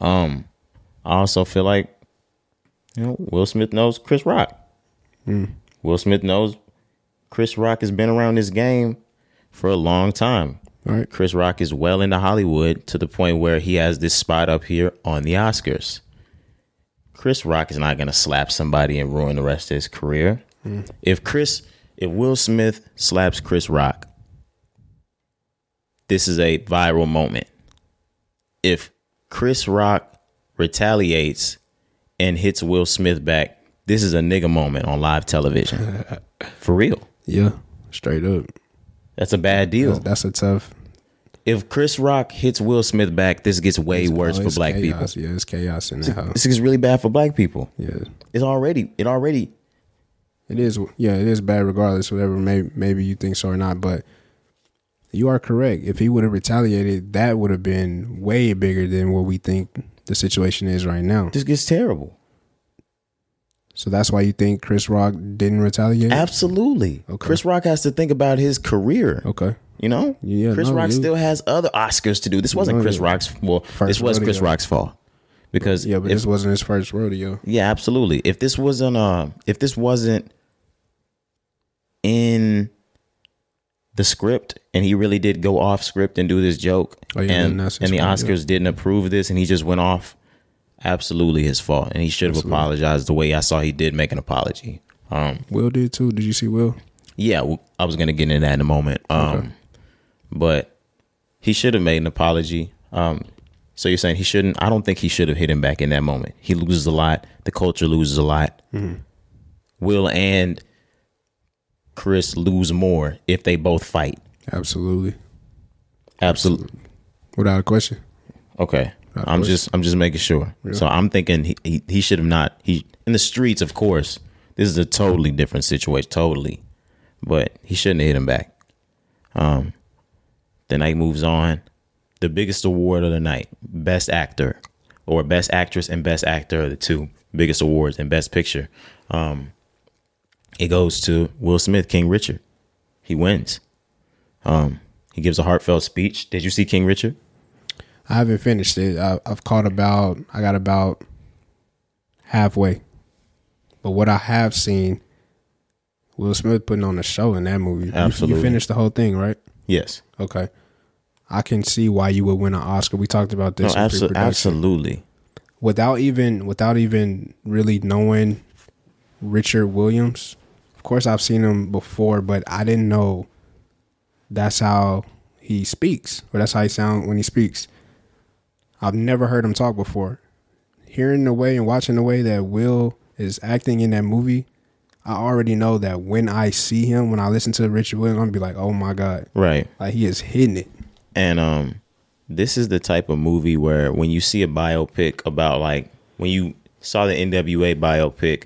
[SPEAKER 1] Um, I also feel like you know Will Smith knows Chris Rock. Will Smith knows Chris Rock has been around this game for a long time.
[SPEAKER 2] All right.
[SPEAKER 1] Chris Rock is well into Hollywood to the point where he has this spot up here on the Oscars. Chris Rock is not going to slap somebody and ruin the rest of his career. If Chris, if Will Smith slaps Chris Rock, this is a viral moment. If Chris Rock retaliates and hits Will Smith back, this is a nigga moment on live
[SPEAKER 2] [laughs]
[SPEAKER 1] television. For real.
[SPEAKER 2] Yeah. Straight up.
[SPEAKER 1] That's a bad deal.
[SPEAKER 2] That's a tough.
[SPEAKER 1] if Chris Rock hits Will Smith back, this gets way worse
[SPEAKER 2] oh,
[SPEAKER 1] for
[SPEAKER 2] it's
[SPEAKER 1] black people.
[SPEAKER 2] chaos. Yeah, it's chaos in
[SPEAKER 1] [laughs]
[SPEAKER 2] that house.
[SPEAKER 1] This is really bad for black people.
[SPEAKER 2] Yeah.
[SPEAKER 1] It's already it already
[SPEAKER 2] It is. Yeah, it is bad regardless. Whatever. Maybe maybe you think so or not, but you are correct. If he would have retaliated, that would have been way bigger than what we think the situation is right now.
[SPEAKER 1] this gets terrible.
[SPEAKER 2] So that's why you think Chris Rock didn't retaliate.
[SPEAKER 1] Absolutely. Chris Rock has to think about his career.
[SPEAKER 2] okay.
[SPEAKER 1] You know?
[SPEAKER 2] Yeah,
[SPEAKER 1] Chris
[SPEAKER 2] no,
[SPEAKER 1] Rock
[SPEAKER 2] you-
[SPEAKER 1] still has other Oscars to do. This wasn't
[SPEAKER 2] No,
[SPEAKER 1] Chris
[SPEAKER 2] yeah.
[SPEAKER 1] Rock's well, this
[SPEAKER 2] First
[SPEAKER 1] was Chris
[SPEAKER 2] rodeo.
[SPEAKER 1] Rock's fault. Because
[SPEAKER 2] Yeah, but
[SPEAKER 1] if-
[SPEAKER 2] this wasn't his first rodeo.
[SPEAKER 1] Yeah, absolutely. If this wasn't uh if this wasn't in the script and he really did go off script and do this joke
[SPEAKER 2] Oh, yeah, then
[SPEAKER 1] and, and
[SPEAKER 2] that's his
[SPEAKER 1] the
[SPEAKER 2] fault,
[SPEAKER 1] Oscars didn't approve this and he just went off, absolutely his fault. And he should have apologized the way I saw he did make an apology. Um
[SPEAKER 2] Will did too. Did you see Will?
[SPEAKER 1] yeah, w- I was gonna get into that in a moment. Um but he should have made an apology. Um, so you're saying he shouldn't? I don't think he should have hit him back in that moment. He loses a lot. The culture loses a lot. Will and Chris lose more if they both fight.
[SPEAKER 2] Absolutely.
[SPEAKER 1] Absolutely.
[SPEAKER 2] Without a question.
[SPEAKER 1] Okay. I'm
[SPEAKER 2] course.
[SPEAKER 1] just I'm just making sure. So I'm thinking he, he, he should have not he in the streets, of course. This is a totally different situation, totally. But he shouldn't have hit him back. Um the night moves on. The biggest award of the night, best actor or best actress and best actor are the two biggest awards and best picture. Um it goes to Will Smith, King Richard. He wins. Um he gives a heartfelt speech. Did you see King Richard?
[SPEAKER 2] I haven't finished it. I, I've caught about, I got about halfway. But what I have seen, Will Smith putting on a show in that movie. You-
[SPEAKER 1] Absolutely.
[SPEAKER 2] You finished the whole thing, right?
[SPEAKER 1] Yes.
[SPEAKER 2] Okay. I can see why you would win an Oscar. We talked about
[SPEAKER 1] No,
[SPEAKER 2] this in
[SPEAKER 1] abso-
[SPEAKER 2] pre-production.
[SPEAKER 1] absolutely.
[SPEAKER 2] without even without even really knowing Richard Williams. Of course, I've seen him before, but I didn't know that's how he speaks or that's how he sounds when he speaks. I've never heard him talk before. Hearing the way and watching the way that Will is acting in that movie, I already know that when I see him, when I listen to Richard Williams, I'm gonna be like, oh my god,
[SPEAKER 1] Right.
[SPEAKER 2] like he is hitting it.
[SPEAKER 1] And um this is the type of movie where when you see a biopic about like when you saw the NWA biopic,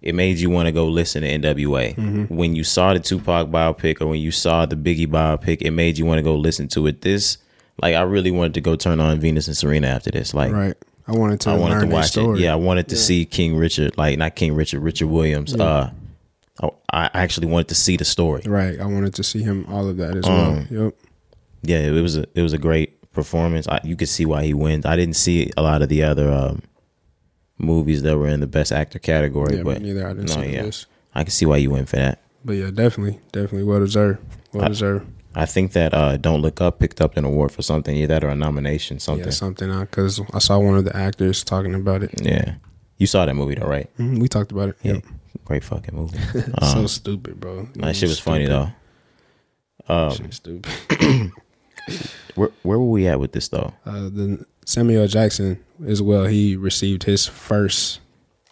[SPEAKER 1] it made you want to go listen to NWA.
[SPEAKER 2] Mm-hmm.
[SPEAKER 1] When you saw the Tupac biopic or when you saw the Biggie biopic, it made you want to go listen to it. This like I really wanted to go turn on Venus and Serena after this. Like
[SPEAKER 2] Right. I wanted to
[SPEAKER 1] I wanted to
[SPEAKER 2] learn that
[SPEAKER 1] watch it.
[SPEAKER 2] story.
[SPEAKER 1] Yeah, I wanted to see King Richard, like not King Richard, Richard Williams. Uh I- I actually wanted to see the story.
[SPEAKER 2] Right. I wanted to see him all of that as
[SPEAKER 1] Um,
[SPEAKER 2] well. Yep.
[SPEAKER 1] yeah, it was a it was a great performance. I, you could see why he wins. I didn't see a lot of the other um, movies that were in the best actor category,
[SPEAKER 2] Yeah, me
[SPEAKER 1] but
[SPEAKER 2] neither. I didn't
[SPEAKER 1] no,
[SPEAKER 2] see the
[SPEAKER 1] yeah,
[SPEAKER 2] list.
[SPEAKER 1] I could see why you win for that.
[SPEAKER 2] But yeah, definitely, definitely well deserved. Well
[SPEAKER 1] I-
[SPEAKER 2] deserved.
[SPEAKER 1] I think that uh, Don't Look Up picked up an award for something, either that or a nomination, something.
[SPEAKER 2] Yeah,
[SPEAKER 1] Yeah,
[SPEAKER 2] something because I saw one of the actors talking about it.
[SPEAKER 1] you saw that movie though, right?
[SPEAKER 2] Mhm, We talked about it. Yep.
[SPEAKER 1] Great fucking
[SPEAKER 2] [laughs]
[SPEAKER 1] movie.
[SPEAKER 2] so
[SPEAKER 1] Um,
[SPEAKER 2] stupid, bro.
[SPEAKER 1] that shit was funny though.
[SPEAKER 2] Shit was stupid.
[SPEAKER 1] Where where were we at with this though?
[SPEAKER 2] Uh, then Samuel Jackson as well. He received his first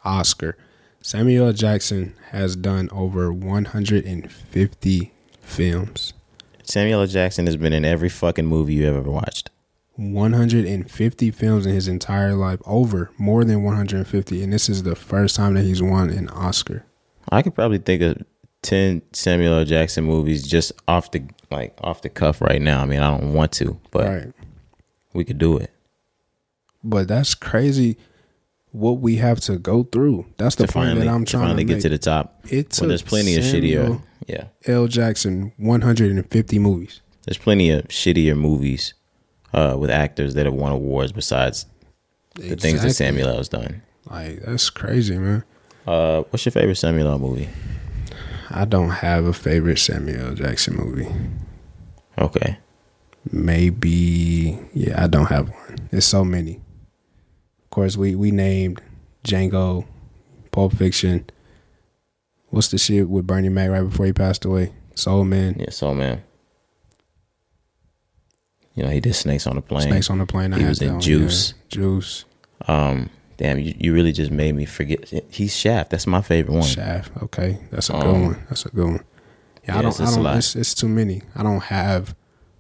[SPEAKER 2] Oscar. Samuel Jackson has done over 150 films.
[SPEAKER 1] Samuel L. Jackson has been in every fucking movie you have ever watched.
[SPEAKER 2] 150 films in his entire life, over more than 150, and this is the first time that he's won an Oscar.
[SPEAKER 1] I could probably think of ten Samuel L. Jackson movies just off the like off the cuff right now. I mean, I don't want to, but
[SPEAKER 2] Right.
[SPEAKER 1] we could do it.
[SPEAKER 2] But that's crazy what we have to go through. That's the
[SPEAKER 1] to
[SPEAKER 2] point
[SPEAKER 1] finally,
[SPEAKER 2] that I'm
[SPEAKER 1] to
[SPEAKER 2] trying
[SPEAKER 1] finally
[SPEAKER 2] to,
[SPEAKER 1] get
[SPEAKER 2] make.
[SPEAKER 1] to the top.
[SPEAKER 2] It
[SPEAKER 1] Well, there's
[SPEAKER 2] took
[SPEAKER 1] plenty of uh, shittier.
[SPEAKER 2] Samuel
[SPEAKER 1] Yeah,
[SPEAKER 2] L. Jackson 150 movies.
[SPEAKER 1] there's plenty of shittier movies uh, with actors that have won awards besides the things that Samuel L. has done.
[SPEAKER 2] Like that's crazy, man.
[SPEAKER 1] Uh, what's your favorite Samuel L. movie?
[SPEAKER 2] I don't have a favorite Samuel L. Jackson movie.
[SPEAKER 1] Okay,
[SPEAKER 2] Maybe yeah, I don't have one. There's so many. Of course, we we named Django, Pulp Fiction. What's the shit with Bernie Mac right before he passed away? Soul Man,
[SPEAKER 1] yeah, so man, you know he did Snakes on a Plane.
[SPEAKER 2] Snakes on the Plane. I
[SPEAKER 1] He
[SPEAKER 2] had
[SPEAKER 1] was
[SPEAKER 2] that
[SPEAKER 1] in
[SPEAKER 2] one,
[SPEAKER 1] Juice.
[SPEAKER 2] yeah. Juice,
[SPEAKER 1] Um, damn, you, you really just made me forget. He's Shaft. That's my favorite one.
[SPEAKER 2] Shaft. Okay, that's a
[SPEAKER 1] Um,
[SPEAKER 2] good one. That's a good one. Yeah,
[SPEAKER 1] yeah,
[SPEAKER 2] I
[SPEAKER 1] it's-
[SPEAKER 2] don't. I
[SPEAKER 1] it's a
[SPEAKER 2] don't.
[SPEAKER 1] lot.
[SPEAKER 2] It's, it's too many. I don't have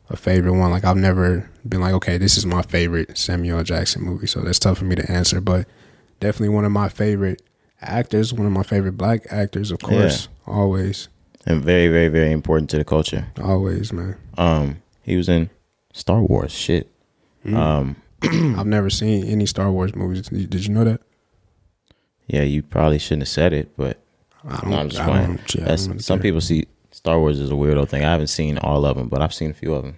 [SPEAKER 2] a favorite one. Like I've never been like, okay, this is my favorite Samuel L. Jackson movie. So that's tough for me to answer. But definitely one of my favorite actors. One of my favorite black actors, of course. Always,
[SPEAKER 1] and very, very, very important to the culture.
[SPEAKER 2] always, man.
[SPEAKER 1] Um, he was in Star Wars. Shit.
[SPEAKER 2] Hmm.
[SPEAKER 1] Um,
[SPEAKER 2] I've never seen any Star Wars movies. Did you- did you know that?
[SPEAKER 1] yeah, you probably shouldn't have said it, but
[SPEAKER 2] I
[SPEAKER 1] no, I'm just
[SPEAKER 2] I
[SPEAKER 1] playing.
[SPEAKER 2] don't- yeah, I
[SPEAKER 1] That's,
[SPEAKER 2] don't really
[SPEAKER 1] some
[SPEAKER 2] care.
[SPEAKER 1] people see Star Wars as a weirdo thing. I haven't seen all of them, but I've seen a few of them.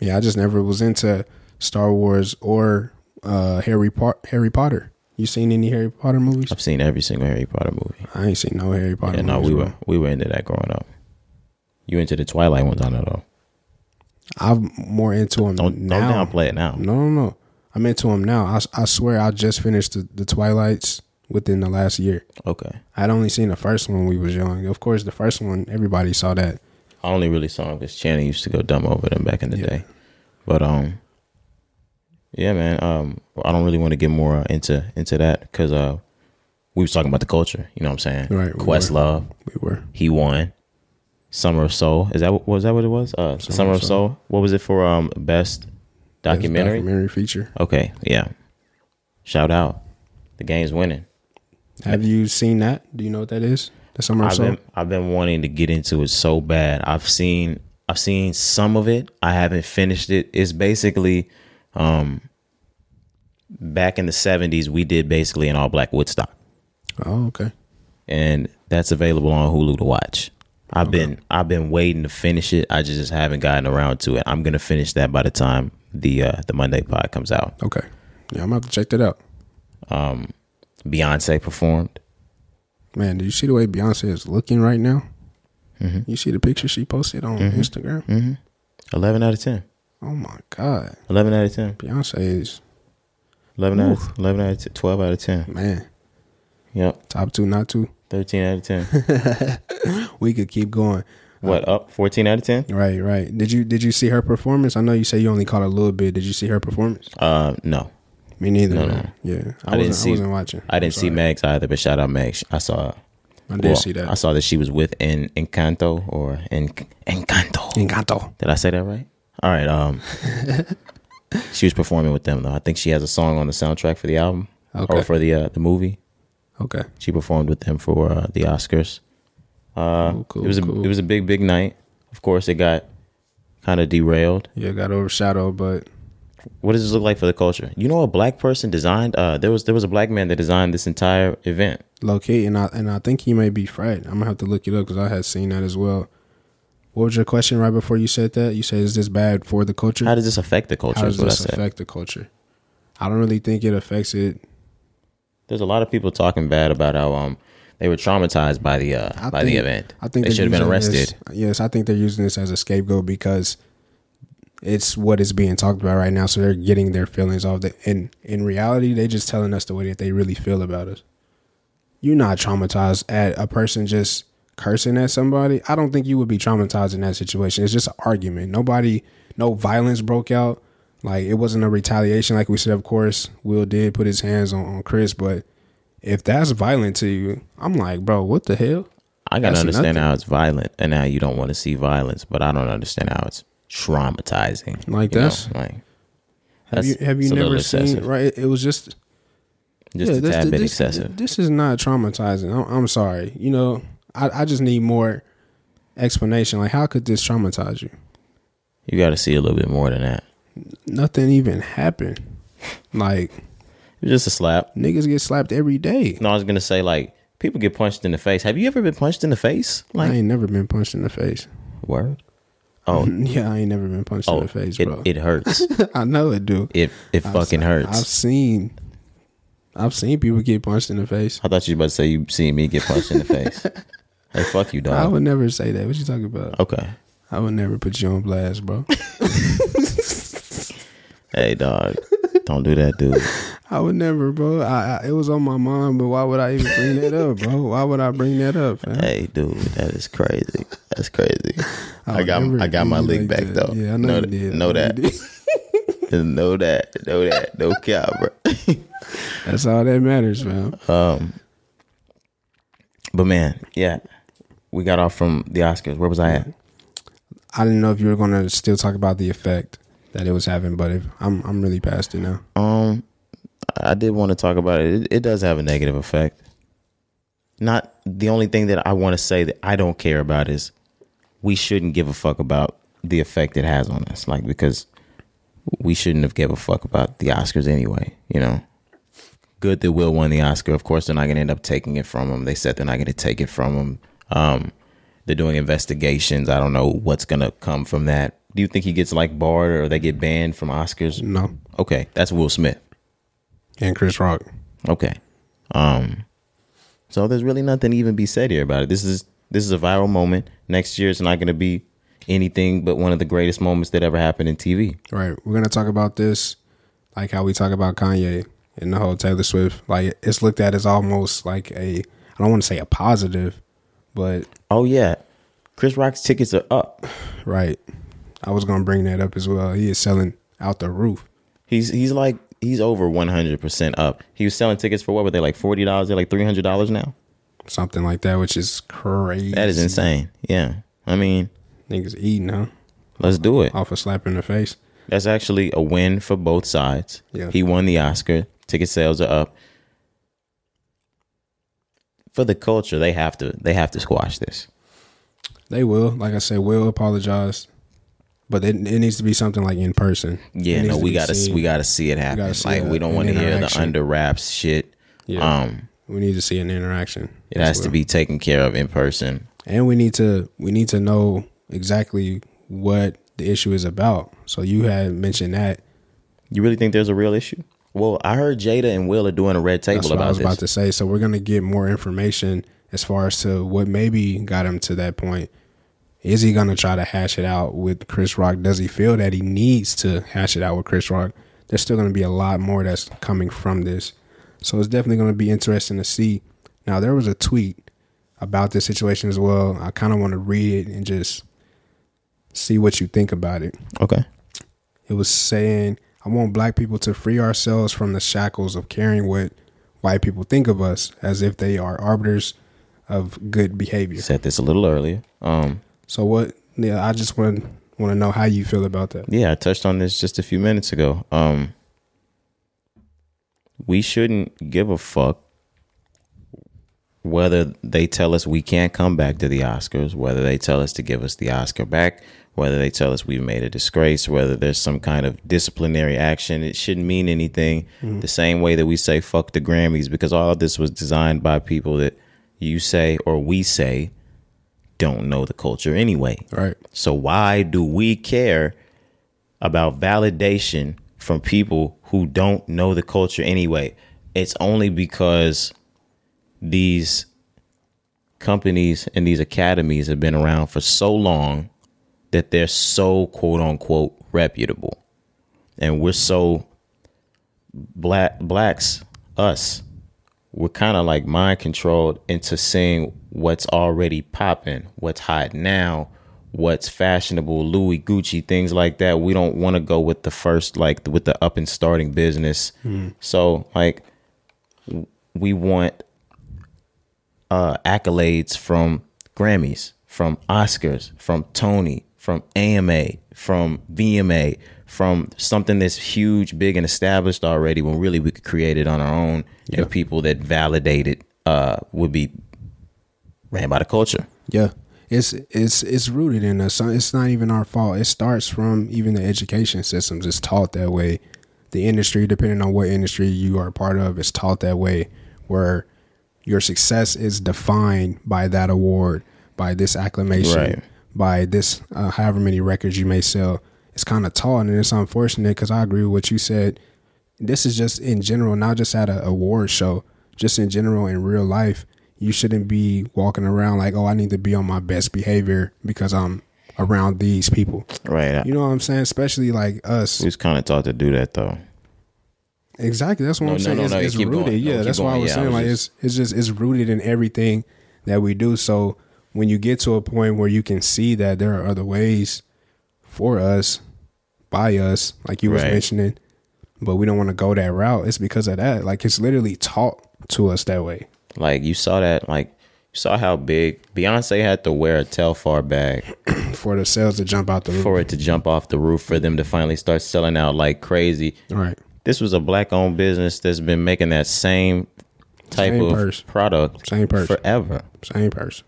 [SPEAKER 2] Yeah, I just never was into Star Wars or uh, Harry Pot- Harry Potter. You seen any Harry Potter movies?
[SPEAKER 1] I've seen every single Harry Potter movie.
[SPEAKER 2] I ain't seen no Harry Potter.
[SPEAKER 1] Yeah, no,
[SPEAKER 2] movies,
[SPEAKER 1] we
[SPEAKER 2] bro.
[SPEAKER 1] were we were into that growing up. You into the Twilight ones, I know though.
[SPEAKER 2] I'm more into him
[SPEAKER 1] Don't
[SPEAKER 2] now.
[SPEAKER 1] don't downplay it now.
[SPEAKER 2] No, no, no. I'm into him now. I, s- I swear, I just finished the, the Twilights within the last year.
[SPEAKER 1] Okay,
[SPEAKER 2] I'd only seen the first one when we was young. Of course, the first one everybody saw that.
[SPEAKER 1] I only really saw him because Channing used to go dumb over them back in the day. But um, Yeah, man. Um, I don't really want to get more uh, into into that because uh, we was talking about the culture. You know what I'm saying?
[SPEAKER 2] Right, we
[SPEAKER 1] Questlove,
[SPEAKER 2] We were.
[SPEAKER 1] he won. Summer of Soul. Is that what- was that what it was? Uh, Summer, of Soul. What was it for? Um, best
[SPEAKER 2] That's
[SPEAKER 1] documentary.
[SPEAKER 2] documentary feature.
[SPEAKER 1] Okay, yeah. Shout out, the game's winning.
[SPEAKER 2] Have you seen that? Do you know what that is? The summer of
[SPEAKER 1] I've
[SPEAKER 2] soul.
[SPEAKER 1] been I've been wanting to get into it so bad. I've seen I've seen some of it. I haven't finished it. It's basically um back in the 70s we did basically an all black Woodstock
[SPEAKER 2] Oh, okay.
[SPEAKER 1] and that's available on Hulu to watch. I've been I've been waiting to finish it. I just haven't gotten around to it. I'm going to finish that by the time the uh the Monday pod comes out.
[SPEAKER 2] Okay. Yeah, I'm gonna have to check that out.
[SPEAKER 1] Beyonce performed.
[SPEAKER 2] Man, do you see the way Beyonce is looking right now?
[SPEAKER 1] Mm-hmm.
[SPEAKER 2] You see the picture she posted on Instagram?
[SPEAKER 1] 11 out of 10.
[SPEAKER 2] Oh my God.
[SPEAKER 1] 11 out of 10.
[SPEAKER 2] Beyonce is
[SPEAKER 1] 11 out of 11 out of 10. 12 out of 10.
[SPEAKER 2] man,
[SPEAKER 1] Yep.
[SPEAKER 2] top two, not two.
[SPEAKER 1] 13 out of 10.
[SPEAKER 2] We could keep going.
[SPEAKER 1] What up? Fourteen out of ten?
[SPEAKER 2] Right, right. Did you did you see her performance? I know you say you only caught a little bit. Did you see her performance?
[SPEAKER 1] Uh, no,
[SPEAKER 2] Me neither.
[SPEAKER 1] No,
[SPEAKER 2] man. Yeah, I,
[SPEAKER 1] I didn't
[SPEAKER 2] wasn't.
[SPEAKER 1] see-
[SPEAKER 2] I wasn't watching.
[SPEAKER 1] I didn't
[SPEAKER 2] I'm
[SPEAKER 1] see
[SPEAKER 2] sorry.
[SPEAKER 1] Mags either. But shout out Mags. I saw.
[SPEAKER 2] I did
[SPEAKER 1] well,
[SPEAKER 2] see that.
[SPEAKER 1] I saw that she was with in Encanto or in Encanto.
[SPEAKER 2] Encanto.
[SPEAKER 1] Did I say that right? All right.
[SPEAKER 2] [laughs]
[SPEAKER 1] Um, she was performing with them though. I think she has a song on the soundtrack for the album
[SPEAKER 2] Okay.
[SPEAKER 1] or for the uh, the movie.
[SPEAKER 2] Okay.
[SPEAKER 1] She performed with them for uh, the Oscars. Uh,
[SPEAKER 2] Cool, cool,
[SPEAKER 1] it was a
[SPEAKER 2] cool.
[SPEAKER 1] it was a big big night. Of course, it got kind of derailed.
[SPEAKER 2] Yeah, got overshadowed, but
[SPEAKER 1] What does this look like for the culture? You know, a black person designed. Uh, there was there was a black man that designed this entire event.
[SPEAKER 2] locate and I and I think he may be fried. I'm gonna have to look it up because I had seen that as well. What was your question right before you said that? You said, "Is this bad for the culture?
[SPEAKER 1] How does this affect the culture?
[SPEAKER 2] How
[SPEAKER 1] is
[SPEAKER 2] does
[SPEAKER 1] what I
[SPEAKER 2] this
[SPEAKER 1] said.
[SPEAKER 2] affect the culture?" I don't really think it affects it.
[SPEAKER 1] There's a lot of people talking bad about how um they were traumatized by the uh,
[SPEAKER 2] I
[SPEAKER 1] by the
[SPEAKER 2] think-
[SPEAKER 1] event.
[SPEAKER 2] I think
[SPEAKER 1] they
[SPEAKER 2] they're
[SPEAKER 1] should have been
[SPEAKER 2] using
[SPEAKER 1] arrested.
[SPEAKER 2] this- yes, I think they're using this as a scapegoat because it's what is being talked about right now. So they're getting their feelings off. The, and in reality, they're just telling us the way that they really feel about us. You're not traumatized at a person just cursing at somebody. I don't think you would be traumatized in that situation. It's just an argument. Nobody, no violence broke out. Like it wasn't a retaliation. Like we said, of course, Will did put his hands on, on Chris, but if that's violent to you, I'm like, bro, what the hell?
[SPEAKER 1] I gotta
[SPEAKER 2] That's
[SPEAKER 1] understand
[SPEAKER 2] nothing.
[SPEAKER 1] how it's violent and how you don't want to see violence, but I don't understand how it's traumatizing.
[SPEAKER 2] Like
[SPEAKER 1] you know,
[SPEAKER 2] that's-
[SPEAKER 1] like
[SPEAKER 2] Have
[SPEAKER 1] that's-
[SPEAKER 2] you have you
[SPEAKER 1] it's a little
[SPEAKER 2] never seen
[SPEAKER 1] excessive.
[SPEAKER 2] right? It, it was just
[SPEAKER 1] just
[SPEAKER 2] yeah,
[SPEAKER 1] a
[SPEAKER 2] this,
[SPEAKER 1] tad bit
[SPEAKER 2] this-
[SPEAKER 1] excessive.
[SPEAKER 2] This is not traumatizing. I'm, I'm sorry. You know, I, I just need more explanation. Like, how could this traumatize you?
[SPEAKER 1] you got to see a little bit more than that.
[SPEAKER 2] Nothing even happened. Like
[SPEAKER 1] It was just a slap.
[SPEAKER 2] niggas get slapped every day.
[SPEAKER 1] No, I was gonna say like people get punched in the face. Have you ever been punched in the face?
[SPEAKER 2] I
[SPEAKER 1] Like
[SPEAKER 2] ain't never been punched in the face.
[SPEAKER 1] word.
[SPEAKER 2] [laughs]
[SPEAKER 1] Oh,
[SPEAKER 2] Yeah, I ain't never been punched in
[SPEAKER 1] oh,
[SPEAKER 2] the face,
[SPEAKER 1] it,
[SPEAKER 2] bro.
[SPEAKER 1] it hurts.
[SPEAKER 2] [laughs] I know it do.
[SPEAKER 1] It it fucking hurts.
[SPEAKER 2] I've seen, I've seen people get punched in the face.
[SPEAKER 1] I thought you was about to say you seen me get punched in the
[SPEAKER 2] [laughs]
[SPEAKER 1] face. Hey, fuck you,
[SPEAKER 2] I
[SPEAKER 1] dog.
[SPEAKER 2] would never say that. What you talking about?
[SPEAKER 1] Okay.
[SPEAKER 2] I would never put you on blast, bro.
[SPEAKER 1] Hey, dog. Don't do that, dude.
[SPEAKER 2] I would never, bro. I, I it was on my mind, but why would I even bring that up, bro? Why would I bring that up? fam?
[SPEAKER 1] Hey, dude. That is crazy. That's crazy. I,
[SPEAKER 2] would
[SPEAKER 1] got
[SPEAKER 2] never
[SPEAKER 1] I got my
[SPEAKER 2] do you
[SPEAKER 1] league
[SPEAKER 2] like
[SPEAKER 1] back
[SPEAKER 2] that.
[SPEAKER 1] though.
[SPEAKER 2] Yeah, I know you
[SPEAKER 1] that-
[SPEAKER 2] did. [laughs] I
[SPEAKER 1] Know
[SPEAKER 2] know you
[SPEAKER 1] that. [laughs] know that. Know that. No cap, bro. [laughs]
[SPEAKER 2] That's all that matters, man.
[SPEAKER 1] But man, yeah. We got off from the Oscars. Where was I at?
[SPEAKER 2] I didn't know if you were gonna still talk about the effect that it was having, but if, I'm I'm really past it now.
[SPEAKER 1] Um, I did want to talk about it. it. It does have a negative effect. Not the only thing that I want to say that I don't care about is we shouldn't give a fuck about the effect it has on us. Like because we shouldn't have gave a fuck about the Oscars anyway. You know, good that Will won the Oscar. Of course, they're not going to end up taking it from him. They said they're not going to take it from him. Um, they're doing investigations. I don't know what's going to come from that. Do you think he gets like barred or they get banned from Oscars?
[SPEAKER 2] No,
[SPEAKER 1] Okay, that's Will Smith.
[SPEAKER 2] and Chris Rock.
[SPEAKER 1] Okay. Um so there's really nothing to even be said here about it. This is this is a viral moment. Next year it's not gonna be anything but one of the greatest moments that ever happened in TV.
[SPEAKER 2] Right, we're gonna talk about this, like how we talk about Kanye and the whole Taylor Swift. Like it's looked at as almost like a I don't want to say a positive, but
[SPEAKER 1] Oh yeah. Chris Rock's tickets are up.
[SPEAKER 2] right. I was gonna bring that up as well. He is selling out the roof.
[SPEAKER 1] He's he's like he's over one hundred percent up. He was selling tickets for what were they like forty dollars? They're like three hundred dollars now.
[SPEAKER 2] something like that, which is crazy.
[SPEAKER 1] That is insane. Yeah, I mean,
[SPEAKER 2] Niggas eating, huh?
[SPEAKER 1] let's do it.
[SPEAKER 2] Off a slap in the face.
[SPEAKER 1] That's actually a win for both sides.
[SPEAKER 2] Yeah.
[SPEAKER 1] He won the Oscar. Ticket sales are up. For the culture, they have to they have to squash this.
[SPEAKER 2] They will, like I said, will apologize, but it, it needs to be something like in person.
[SPEAKER 1] Yeah, no,
[SPEAKER 2] It needs to
[SPEAKER 1] we
[SPEAKER 2] be
[SPEAKER 1] gotta
[SPEAKER 2] seen.
[SPEAKER 1] we gotta see it happen.
[SPEAKER 2] gotta see
[SPEAKER 1] like we
[SPEAKER 2] that
[SPEAKER 1] don't
[SPEAKER 2] in
[SPEAKER 1] want to hear the
[SPEAKER 2] interaction.
[SPEAKER 1] under wraps shit.
[SPEAKER 2] Yeah.
[SPEAKER 1] Um,
[SPEAKER 2] we need to see an interaction.
[SPEAKER 1] it has to be taken care of in person.
[SPEAKER 2] and we need to we need to know exactly what the issue is about. So you had mentioned that.
[SPEAKER 1] You really think there's a real issue? Well, I heard Jada and Will are doing a red table
[SPEAKER 2] That's what I
[SPEAKER 1] about
[SPEAKER 2] was
[SPEAKER 1] this.
[SPEAKER 2] about to say. So we're gonna get more information as far as to what maybe got him to that point. Is he gonna try to hash it out with Chris Rock? Does he feel that he needs to hash it out with Chris Rock? There's still gonna be a lot more that's coming from this. So it's definitely gonna be interesting to see. Now there was a tweet about this situation as well. I kinda wanna read it and just see what you think about it.
[SPEAKER 1] okay.
[SPEAKER 2] It was saying, I want black people to free ourselves from the shackles of carrying what white people think of us as if they are arbiters of good behavior.
[SPEAKER 1] Said this a little earlier. Um,
[SPEAKER 2] So what yeah, I just want want to know how you feel about that.
[SPEAKER 1] yeah, I touched on this just a few minutes ago. Um, we shouldn't give a fuck whether they tell us we can't come back to the Oscars, whether they tell us to give us the Oscar back, whether they tell us we've made a disgrace, whether there's some kind of disciplinary action. It shouldn't mean anything. The same way that we say fuck the Grammys, because all of this was designed by people that you say or we say don't know the culture anyway.
[SPEAKER 2] Right.
[SPEAKER 1] So why do we care about validation from people who don't know the culture anyway? It's only because these companies and these academies have been around for so long that they're so quote unquote reputable. And we're so black blacks us we're kind of like mind controlled into seeing what's already popping, what's hot now, what's fashionable, Louis Gucci, things like that. We don't want to go with the first, like with the up and starting business. So, like, w- we want uh, accolades from Grammys, from Oscars, from Tony, from AMA, from VMA, from something that's huge, big, and established already. When really we could create it on our own, and people that validate it uh, would be ran by the culture.
[SPEAKER 2] Yeah. It's it's it's rooted in us. So It's not even our fault. It starts from even the education systems. It's taught that way. The industry, depending on what industry you are a part of, is taught that way, where your success is defined by that award, by this acclamation,
[SPEAKER 1] Right.
[SPEAKER 2] by this uh, however many records you may sell. It's kind of taught, and it's unfortunate because I agree with what you said. This is just in general, not just at a award show, just in general in real life. You shouldn't be walking around like, oh, I need to be on my best behavior because I'm around these people.
[SPEAKER 1] Right.
[SPEAKER 2] You know what I'm saying? Especially like us.
[SPEAKER 1] we was kind of taught to do that though.
[SPEAKER 2] Exactly. That's what
[SPEAKER 1] No,
[SPEAKER 2] I'm
[SPEAKER 1] no,
[SPEAKER 2] saying.
[SPEAKER 1] no,
[SPEAKER 2] it's
[SPEAKER 1] no,
[SPEAKER 2] it's
[SPEAKER 1] keep
[SPEAKER 2] rooted.
[SPEAKER 1] going. No,
[SPEAKER 2] Yeah,
[SPEAKER 1] keep
[SPEAKER 2] that's why I
[SPEAKER 1] going.
[SPEAKER 2] was
[SPEAKER 1] Yeah, I
[SPEAKER 2] saying
[SPEAKER 1] was
[SPEAKER 2] like
[SPEAKER 1] just-
[SPEAKER 2] it's it's just it's rooted in everything that we do. So when you get to a point where you can see that there are other ways for us, by us, like you was
[SPEAKER 1] Right.
[SPEAKER 2] mentioning, but we don't want to go that route. It's because of that. Like it's literally taught to us that way. [clears throat]
[SPEAKER 1] Like you saw that. Like you saw how big Beyonce had to wear a Telfar bag
[SPEAKER 2] For the sales to jump out the roof.
[SPEAKER 1] for it to jump off the roof for them to finally start selling out like crazy.
[SPEAKER 2] Right.
[SPEAKER 1] this was a black owned business that's been making that same type
[SPEAKER 2] Same
[SPEAKER 1] of
[SPEAKER 2] purse.
[SPEAKER 1] product
[SPEAKER 2] Same purse.
[SPEAKER 1] forever.
[SPEAKER 2] Same person.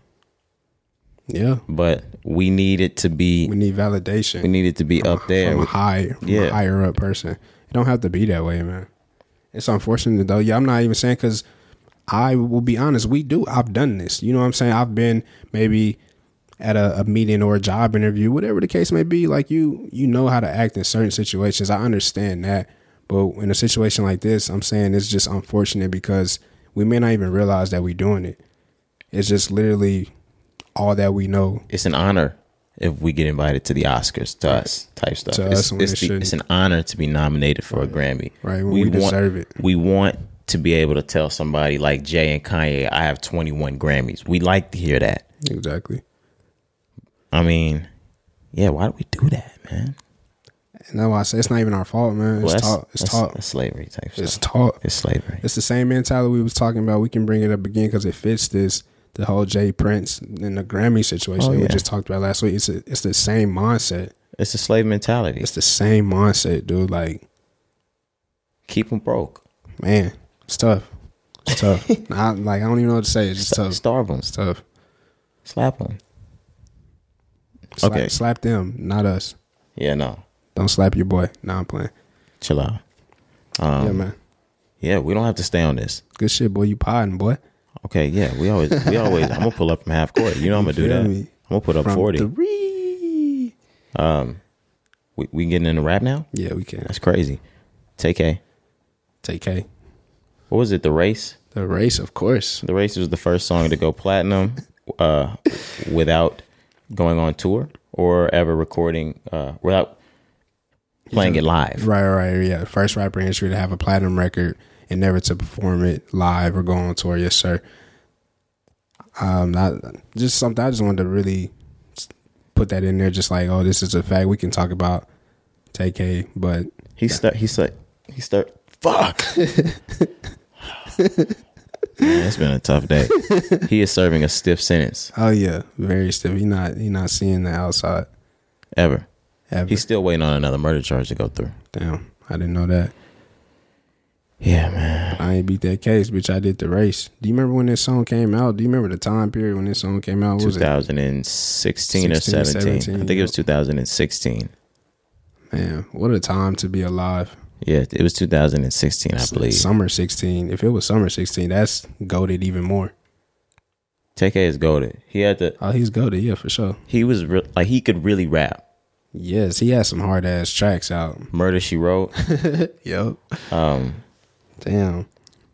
[SPEAKER 2] Yeah.
[SPEAKER 1] But we need it to be
[SPEAKER 2] We need validation.
[SPEAKER 1] we need it to be
[SPEAKER 2] [sighs]
[SPEAKER 1] up there.
[SPEAKER 2] from a high, from
[SPEAKER 1] Yeah.
[SPEAKER 2] a higher up person. It don't have to be that way, man. It's unfortunate though. Yeah, I'm not even saying because I will be honest. We do. I've done this. You know what I'm saying? I've been maybe at a, a meeting or a job interview, whatever the case may be. Like you, you know how to act in certain situations. I understand that, but in a situation like this, I'm saying it's just unfortunate because we may not even realize that we're doing it. It's just literally all that we know
[SPEAKER 1] It's an honor if we get invited to the Oscars to us type stuff.
[SPEAKER 2] To
[SPEAKER 1] it's,
[SPEAKER 2] us when
[SPEAKER 1] it's
[SPEAKER 2] it
[SPEAKER 1] the-
[SPEAKER 2] shouldn't.
[SPEAKER 1] it's an honor to be nominated for a Grammy.
[SPEAKER 2] Right, when we deserve it.
[SPEAKER 1] We want to be able to tell somebody like Jay and Kanye, I have 21 Grammys. We like to hear that.
[SPEAKER 2] exactly.
[SPEAKER 1] I mean, yeah, why do we do that, man?
[SPEAKER 2] And that's why I say it's not even our fault, man. It's
[SPEAKER 1] Well, that's-
[SPEAKER 2] taught. It's
[SPEAKER 1] that's-
[SPEAKER 2] taught.
[SPEAKER 1] that's slavery type
[SPEAKER 2] It's
[SPEAKER 1] stuff.
[SPEAKER 2] taught.
[SPEAKER 1] It's slavery.
[SPEAKER 2] It's the same mentality we was talking about. We can bring it up again because it fits this the whole Jay Prince and the Grammy situation
[SPEAKER 1] Oh,
[SPEAKER 2] that we
[SPEAKER 1] yeah.
[SPEAKER 2] just talked about last week. It's a, it's the same mindset.
[SPEAKER 1] It's a slave mentality.
[SPEAKER 2] It's the same mindset, dude. Like
[SPEAKER 1] Keep them broke.
[SPEAKER 2] man, it's tough. It's tough.
[SPEAKER 1] [laughs]
[SPEAKER 2] I, like I don't even know what to say. It's just tough.
[SPEAKER 1] Starve them.
[SPEAKER 2] It's tough.
[SPEAKER 1] Slap them.
[SPEAKER 2] Slap,
[SPEAKER 1] Okay.
[SPEAKER 2] slap them, not us.
[SPEAKER 1] Yeah, no.
[SPEAKER 2] Don't slap your boy. Nah, I'm playing.
[SPEAKER 1] Chill out.
[SPEAKER 2] yeah,
[SPEAKER 1] Um,
[SPEAKER 2] man.
[SPEAKER 1] Yeah, we don't have to stay on this.
[SPEAKER 2] Good shit, boy. You podding, boy.
[SPEAKER 1] Okay, yeah, we always,
[SPEAKER 2] [laughs]
[SPEAKER 1] we always. I'm gonna pull up from half court. You know, I'm gonna do
[SPEAKER 2] feel
[SPEAKER 1] that.
[SPEAKER 2] me?
[SPEAKER 1] I'm gonna put up
[SPEAKER 2] From
[SPEAKER 1] forty.
[SPEAKER 2] three.
[SPEAKER 1] we, we getting into rap now?
[SPEAKER 2] Yeah, we can.
[SPEAKER 1] That's crazy. TK,
[SPEAKER 2] Take K.
[SPEAKER 1] what was it? The race.
[SPEAKER 2] The race, of course.
[SPEAKER 1] The race was the first song to go platinum, uh, without going on tour or ever recording, uh, without playing it live.
[SPEAKER 2] Right, right, yeah. First rapper in history to have a platinum record and never to perform it live or go on tour. Yes, sir. Um, not just something. I just wanted to really s- put that in there. Just like, oh, this is a fact we can talk about. Take K, but
[SPEAKER 1] He start. He start. He start.
[SPEAKER 2] [laughs]
[SPEAKER 1] Fuck. Man, it's been a tough day. He is serving a stiff sentence
[SPEAKER 2] oh yeah, very stiff. You're not, you're not seeing the outside
[SPEAKER 1] ever.
[SPEAKER 2] ever.
[SPEAKER 1] He's still waiting on another murder charge to go through.
[SPEAKER 2] Damn, I didn't know that.
[SPEAKER 1] Yeah, man.
[SPEAKER 2] I ain't beat that case, bitch. I did the race. Do you remember when this song came out? Do you remember the time period when this song came out? What was it?
[SPEAKER 1] 2016 or
[SPEAKER 2] 16 or
[SPEAKER 1] 17. I
[SPEAKER 2] 17,
[SPEAKER 1] think it was
[SPEAKER 2] yep.
[SPEAKER 1] 2016.
[SPEAKER 2] Man, what a time to be alive.
[SPEAKER 1] Yeah, it was 2016, I believe.
[SPEAKER 2] Summer 16. If it was summer 16, that's goaded even more.
[SPEAKER 1] TK is goaded. He had to.
[SPEAKER 2] Oh, he's goaded, yeah, for sure.
[SPEAKER 1] He was re- like he could really rap.
[SPEAKER 2] Yes, he has some hard ass tracks out.
[SPEAKER 1] Murder She
[SPEAKER 2] [laughs]
[SPEAKER 1] Wrote.
[SPEAKER 2] Yep.
[SPEAKER 1] Um,
[SPEAKER 2] Damn.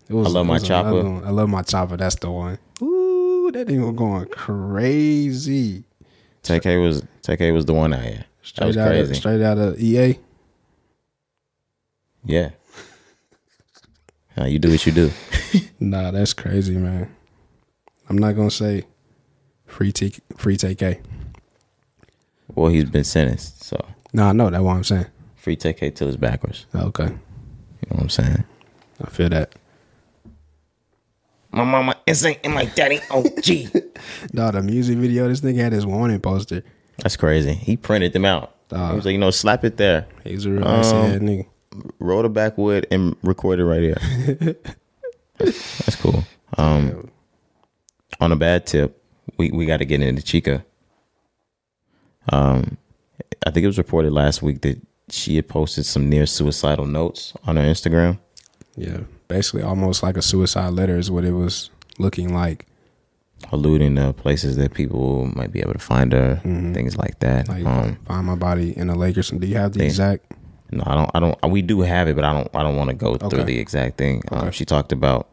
[SPEAKER 2] It was,
[SPEAKER 1] I Love
[SPEAKER 2] it
[SPEAKER 1] My
[SPEAKER 2] was another
[SPEAKER 1] Chopper.
[SPEAKER 2] one. I love my chopper. That's the one. Ooh, that thing was going crazy.
[SPEAKER 1] TK was TK was the one out here. That was
[SPEAKER 2] Straight out of
[SPEAKER 1] crazy.
[SPEAKER 2] straight E out of EA.
[SPEAKER 1] Yeah. Uh, you do what you do.
[SPEAKER 2] Nah, that's crazy, man. I'm not gonna say free T free TK.
[SPEAKER 1] Well, he's been sentenced, so
[SPEAKER 2] No, I know that's what I'm saying. Oh,
[SPEAKER 1] free TK till it's backwards.
[SPEAKER 2] Okay.
[SPEAKER 1] You know what I'm saying?
[SPEAKER 2] I feel that.
[SPEAKER 4] My mama insane and my daddy OG.
[SPEAKER 2] No, the music video, this nigga had his warning poster.
[SPEAKER 1] [laughs] That's crazy. He printed them out.
[SPEAKER 2] Dog.
[SPEAKER 1] he was like, you know, slap it there.
[SPEAKER 2] He's a real nice
[SPEAKER 1] Um,
[SPEAKER 2] ass nigga.
[SPEAKER 1] roll the backwood and record it right here. that's,
[SPEAKER 2] [laughs]
[SPEAKER 1] that's cool. Um, on a bad tip, we, we got to get into Chica. Um, I think it was reported last week that she had posted some near suicidal notes on her Instagram.
[SPEAKER 2] Yeah. Basically almost like a suicide letter is what it was looking like.
[SPEAKER 1] alluding to places that people might be able to find her, things like that.
[SPEAKER 2] Mm-hmm. Like
[SPEAKER 1] um,
[SPEAKER 2] find my body in a Lakers. Do you have the exact
[SPEAKER 1] no, I don't. I don't. We do have it, but I don't. I don't want to go through
[SPEAKER 2] Okay.
[SPEAKER 1] the exact thing. Um, She talked about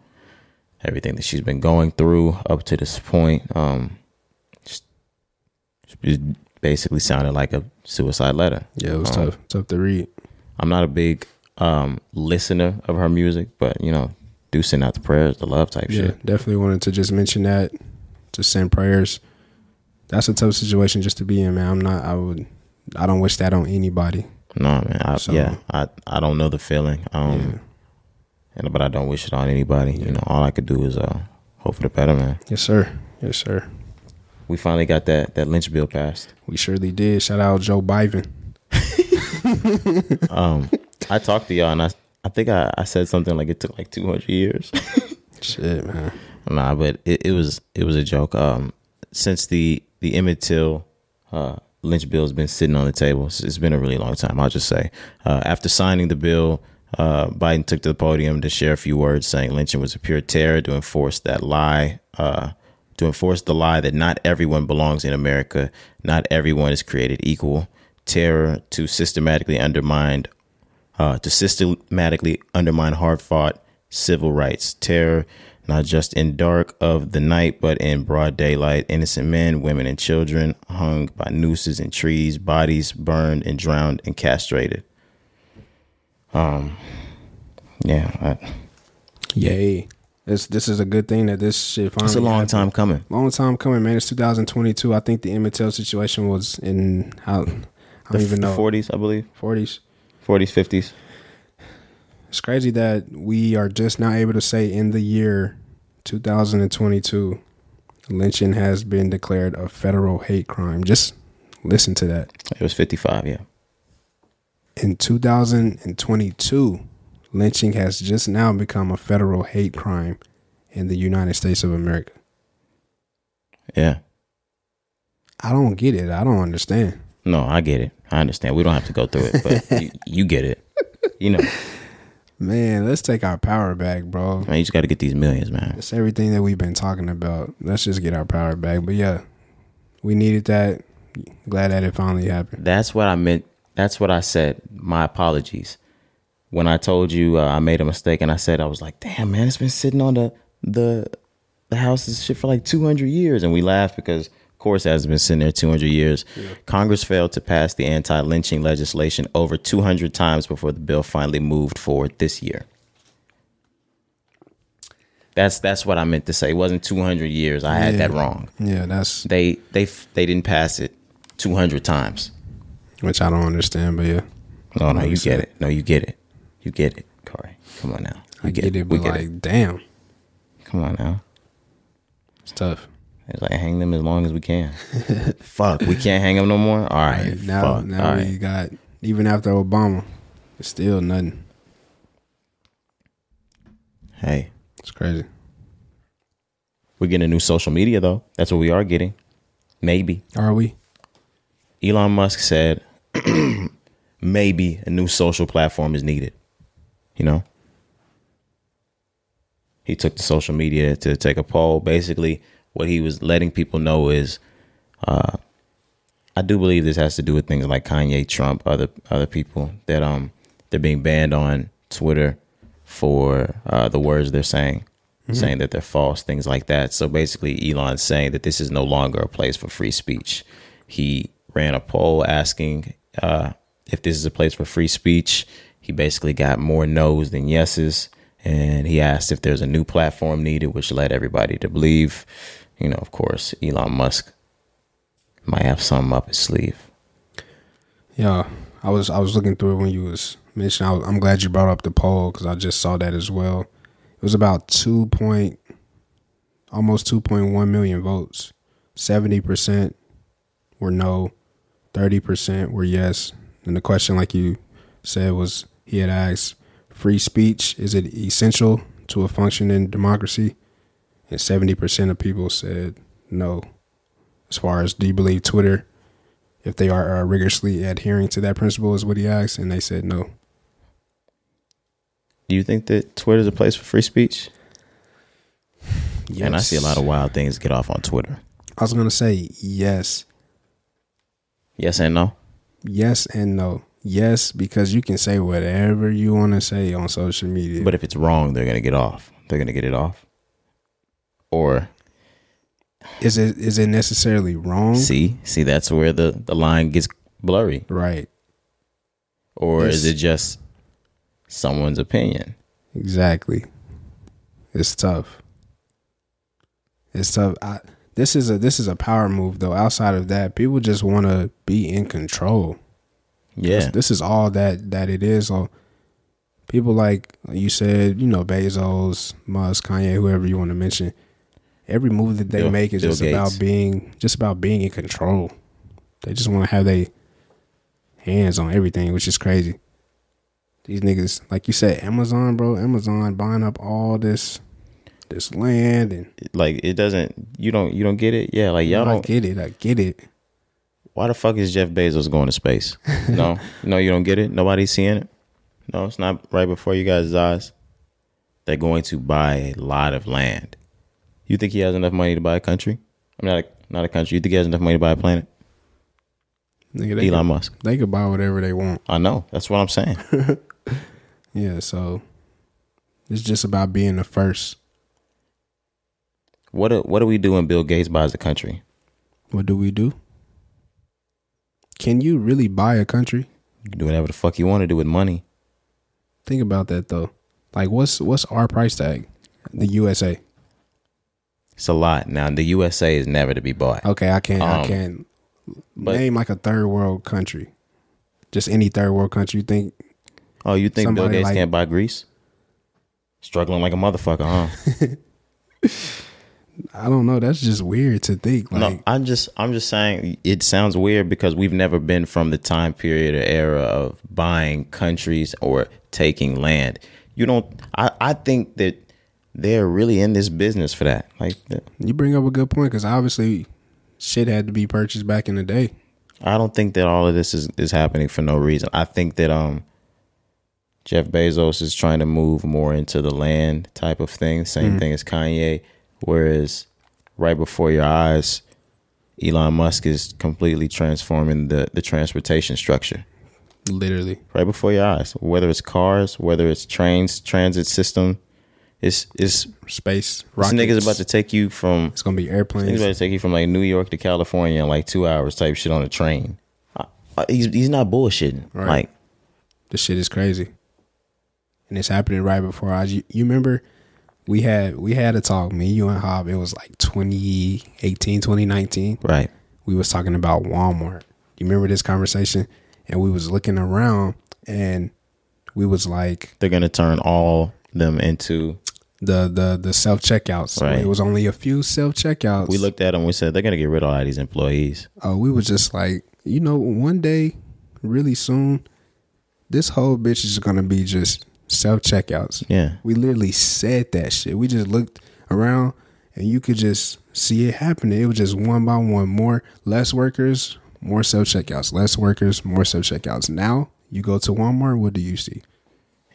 [SPEAKER 1] everything that she's been going through up to this point. Um, just, it basically sounded like a suicide letter.
[SPEAKER 2] Yeah, it was tough. Tough um, to read.
[SPEAKER 1] I'm not a big um listener of her music, but you know, do send out the prayers, the love type
[SPEAKER 2] Yeah.
[SPEAKER 1] shit.
[SPEAKER 2] Definitely wanted to just mention that. To send prayers. That's a tough situation just to be in, man. I'm not I would I don't wish that on anybody.
[SPEAKER 1] No, man. I,
[SPEAKER 2] So-
[SPEAKER 1] yeah, I I don't know the feeling. Um, and but I don't wish it on anybody. You know, all I could do is uh hope for the better, man.
[SPEAKER 2] Yes, sir. Yes, sir.
[SPEAKER 1] We finally got that that lynch bill passed.
[SPEAKER 2] We surely did. Shout out Joe Biden.
[SPEAKER 1] I talked to y'all and I I think I, I said something like it took like two hundred years.
[SPEAKER 2] Shit, man.
[SPEAKER 1] nah, but it, it was it was a joke. Um, since the the Emmett Till uh, lynch bill has been sitting on the table, it's- it's been a really long time. I'll just say, uh, after signing the bill, uh, Biden took to the podium to share a few words, saying lynching was a pure terror to enforce that lie. Uh, to enforce the lie that not everyone belongs in America, not everyone is created equal. Terror to systematically undermine uh, to systematically undermine hard fought civil rights. Terror, not just in dark of the night, but in broad daylight. Innocent men, women, and children hung by nooses and trees, bodies burned and drowned and castrated. Um, yeah, I,
[SPEAKER 2] Yay. This this is a good thing that this shit finally
[SPEAKER 1] it's a long
[SPEAKER 2] happened.
[SPEAKER 1] time coming.
[SPEAKER 2] Long time coming, man. It's 2022. I think the Emmett Till situation was in how I don't even
[SPEAKER 1] The
[SPEAKER 2] know
[SPEAKER 1] 40s, I believe.
[SPEAKER 2] 40s.
[SPEAKER 1] 40s, 50s.
[SPEAKER 2] It's crazy that we are just now able to say in the year 2022, lynching has been declared a federal hate crime. Just listen to that.
[SPEAKER 1] It was 55, yeah.
[SPEAKER 2] In 2022, lynching has just now become a federal hate crime in the United States of America.
[SPEAKER 1] Yeah.
[SPEAKER 2] I don't get it. I don't understand.
[SPEAKER 1] No, I get it. I understand. We don't have to go through it,
[SPEAKER 2] [laughs]
[SPEAKER 1] but you, you get it. You know,
[SPEAKER 2] Man, let's take our power back, bro.
[SPEAKER 1] man, you just got to get these millions, man.
[SPEAKER 2] It's everything that we've been talking about. Let's just get our power back. But yeah, we needed that. Glad that it finally happened.
[SPEAKER 1] That's what I meant. That's what I said. My apologies. When I told you uh, I made a mistake and I said, I was like, damn, man, it's been sitting on the, the, the house and shit for like 200 years. And we laughed because, of course, it hasn't been sitting there 200 years. Congress failed to pass the anti lynching legislation over 200 times before the bill finally moved forward this year. That's that's what I meant to say. It wasn't 200 years. I had that wrong.
[SPEAKER 2] Yeah, that's
[SPEAKER 1] They they f- they didn't pass it 200 times.
[SPEAKER 2] which I don't understand. But yeah,
[SPEAKER 1] No, no, you
[SPEAKER 2] Makes
[SPEAKER 1] get
[SPEAKER 2] sense.
[SPEAKER 1] it. No, you get it. You get it, Corey. Come on now. You
[SPEAKER 2] I get it.
[SPEAKER 1] We
[SPEAKER 2] But
[SPEAKER 1] get
[SPEAKER 2] like,
[SPEAKER 1] it.
[SPEAKER 2] damn,
[SPEAKER 1] Come on now.
[SPEAKER 2] it's tough.
[SPEAKER 1] It's like hang them as long as we
[SPEAKER 2] [laughs]
[SPEAKER 1] can. Fuck, we can't hang them no more. All right,
[SPEAKER 2] Like, now,
[SPEAKER 1] fuck.
[SPEAKER 2] now
[SPEAKER 1] All
[SPEAKER 2] we
[SPEAKER 1] right.
[SPEAKER 2] got even after Obama, it's still nothing.
[SPEAKER 1] Hey,
[SPEAKER 2] It's crazy.
[SPEAKER 1] we're getting a new social media though. That's what we are getting. Maybe
[SPEAKER 2] Are we?
[SPEAKER 1] Elon Musk said [clears throat] maybe a new social platform is needed. You know? He took the social media to take a poll. Basically, what he was letting people know is uh I do believe this has to do with things like Kanye, Trump, other other people that um they're being banned on Twitter for uh, the words they're saying, saying that they're false, things like that. So basically, Elon's saying that this is no longer a place for free speech. He ran a poll asking uh, if this is a place for free speech. He basically got more no's than yeses, and he asked if there's a new platform needed, which led everybody to believe, you know, of course, Elon Musk might have something up his sleeve.
[SPEAKER 2] Yeah, I was I was looking through it when you was mentioning. I was, I'm glad you brought up the poll because I just saw that as well. It was about two point, almost two point one million votes. Seventy percent were no, thirty percent were yes. And the question, like you said, was he had asked, "Free speech is it essential to a functioning democracy?" And seventy percent of people said no. As far as do you believe Twitter if they are uh, rigorously adhering to that principle is what he asked and they said no
[SPEAKER 1] Do you think that Twitter's a place for free speech? And I see a lot of wild things get off on Twitter.
[SPEAKER 2] i was going to say yes
[SPEAKER 1] Yes and no.
[SPEAKER 2] yes and no yes because you can say whatever you want to say on social media
[SPEAKER 1] But if it's wrong, they're gonna get off. They're gonna get it off. Or
[SPEAKER 2] is it is it necessarily wrong
[SPEAKER 1] see, see, that's where the the line gets blurry.
[SPEAKER 2] right
[SPEAKER 1] Or is
[SPEAKER 2] Yes.
[SPEAKER 1] it just someone's opinion?
[SPEAKER 2] exactly it's tough it's tough I, this is a this is a power move though outside of that people just want to be in control
[SPEAKER 1] Yeah,
[SPEAKER 2] This- This is all that that it is. So people like you said, you know, Bezos, Musk, Kanye, whoever you want to mention, every move that they
[SPEAKER 1] Bill-
[SPEAKER 2] make is
[SPEAKER 1] Bill
[SPEAKER 2] just
[SPEAKER 1] Gates.
[SPEAKER 2] about being just about being in control. They just want to have their hands on everything, which is crazy. These niggas, like you said, Amazon, bro, Amazon buying up all this this land and
[SPEAKER 1] like it doesn't. You don't. You don't get it. Yeah, like y'all
[SPEAKER 2] I
[SPEAKER 1] don't.
[SPEAKER 2] get it, I get it.
[SPEAKER 1] Why the fuck is Jeff Bezos going to
[SPEAKER 2] [laughs]
[SPEAKER 1] space? No, no, you don't get it. Nobody's seeing it. No, it's not right before you guys' eyes. They're going to buy a lot of land. You think he has enough money to buy a country? I'm not a, not a country. You think he has enough money to buy a planet?
[SPEAKER 2] Nigga, they,
[SPEAKER 1] Elon
[SPEAKER 2] could,
[SPEAKER 1] Musk.
[SPEAKER 2] they could buy whatever they want.
[SPEAKER 1] I know. That's what I'm
[SPEAKER 2] [laughs]
[SPEAKER 1] saying.
[SPEAKER 2] Yeah, so it's just about being the first.
[SPEAKER 1] what do, What do we do when Bill Gates buys a country?
[SPEAKER 2] What do we do? Can you really buy a country?
[SPEAKER 1] You can do whatever the fuck you want to do with money.
[SPEAKER 2] Think about that though. Like what's what's our price tag? The USA.
[SPEAKER 1] It's a lot. Now the USA is never to be bought.
[SPEAKER 2] Okay, I can't I
[SPEAKER 1] Um,
[SPEAKER 2] can't
[SPEAKER 1] but-
[SPEAKER 2] name like a third world country. Just any third world country you think
[SPEAKER 1] Oh, you think Bill
[SPEAKER 2] Somebody
[SPEAKER 1] Gates
[SPEAKER 2] like-
[SPEAKER 1] can't buy grease? Struggling like a motherfucker, huh?
[SPEAKER 2] I don't know. That's just weird to think. Like,
[SPEAKER 1] no, I'm just I'm just saying it sounds weird because we've never been from the time period or era of buying countries or taking land. You don't I, I think that they're really in this business for that. Like the-
[SPEAKER 2] you bring up a good point because obviously, shit had to be purchased back in the day.
[SPEAKER 1] I don't think that all of this is, is happening for no reason. I think that um Jeff Bezos is trying to move more into the land type of thing, same thing as Kanye, whereas right before your eyes Elon Musk is completely transforming the the transportation structure.
[SPEAKER 2] Literally,
[SPEAKER 1] right before your eyes. Whether it's cars, whether it's trains, transit system, it's it's
[SPEAKER 2] space.
[SPEAKER 1] this
[SPEAKER 2] Rockets.
[SPEAKER 1] niggas about to take you from
[SPEAKER 2] It's gonna be
[SPEAKER 1] niggas
[SPEAKER 2] airplanes.
[SPEAKER 1] about to take you from like New York to California in like two hours type shit on a train. I, I, he's he's not bullshitting.
[SPEAKER 2] Right.
[SPEAKER 1] Like
[SPEAKER 2] This shit is crazy, and it's happening right before our eyes. You, you remember we had we had a talk, me, you, and Hob. It was like 2018, 2019.
[SPEAKER 1] right,
[SPEAKER 2] we was talking about Walmart. You remember this conversation? And we was looking around and we was like
[SPEAKER 1] they're gonna turn all them into.
[SPEAKER 2] the the the self checkouts.
[SPEAKER 1] Right.
[SPEAKER 2] It was only a few self checkouts.
[SPEAKER 1] We looked at them. We said they're gonna get rid of all these employees.
[SPEAKER 2] uh, we was just like, you know, one day, really soon, this whole bitch is gonna be just self checkouts.
[SPEAKER 1] Yeah.
[SPEAKER 2] We literally said that shit. We just looked around and you could just see it happening. It was just one by one, more less workers, more self checkouts, less workers, more self checkouts. Now you go to Walmart, what do you see?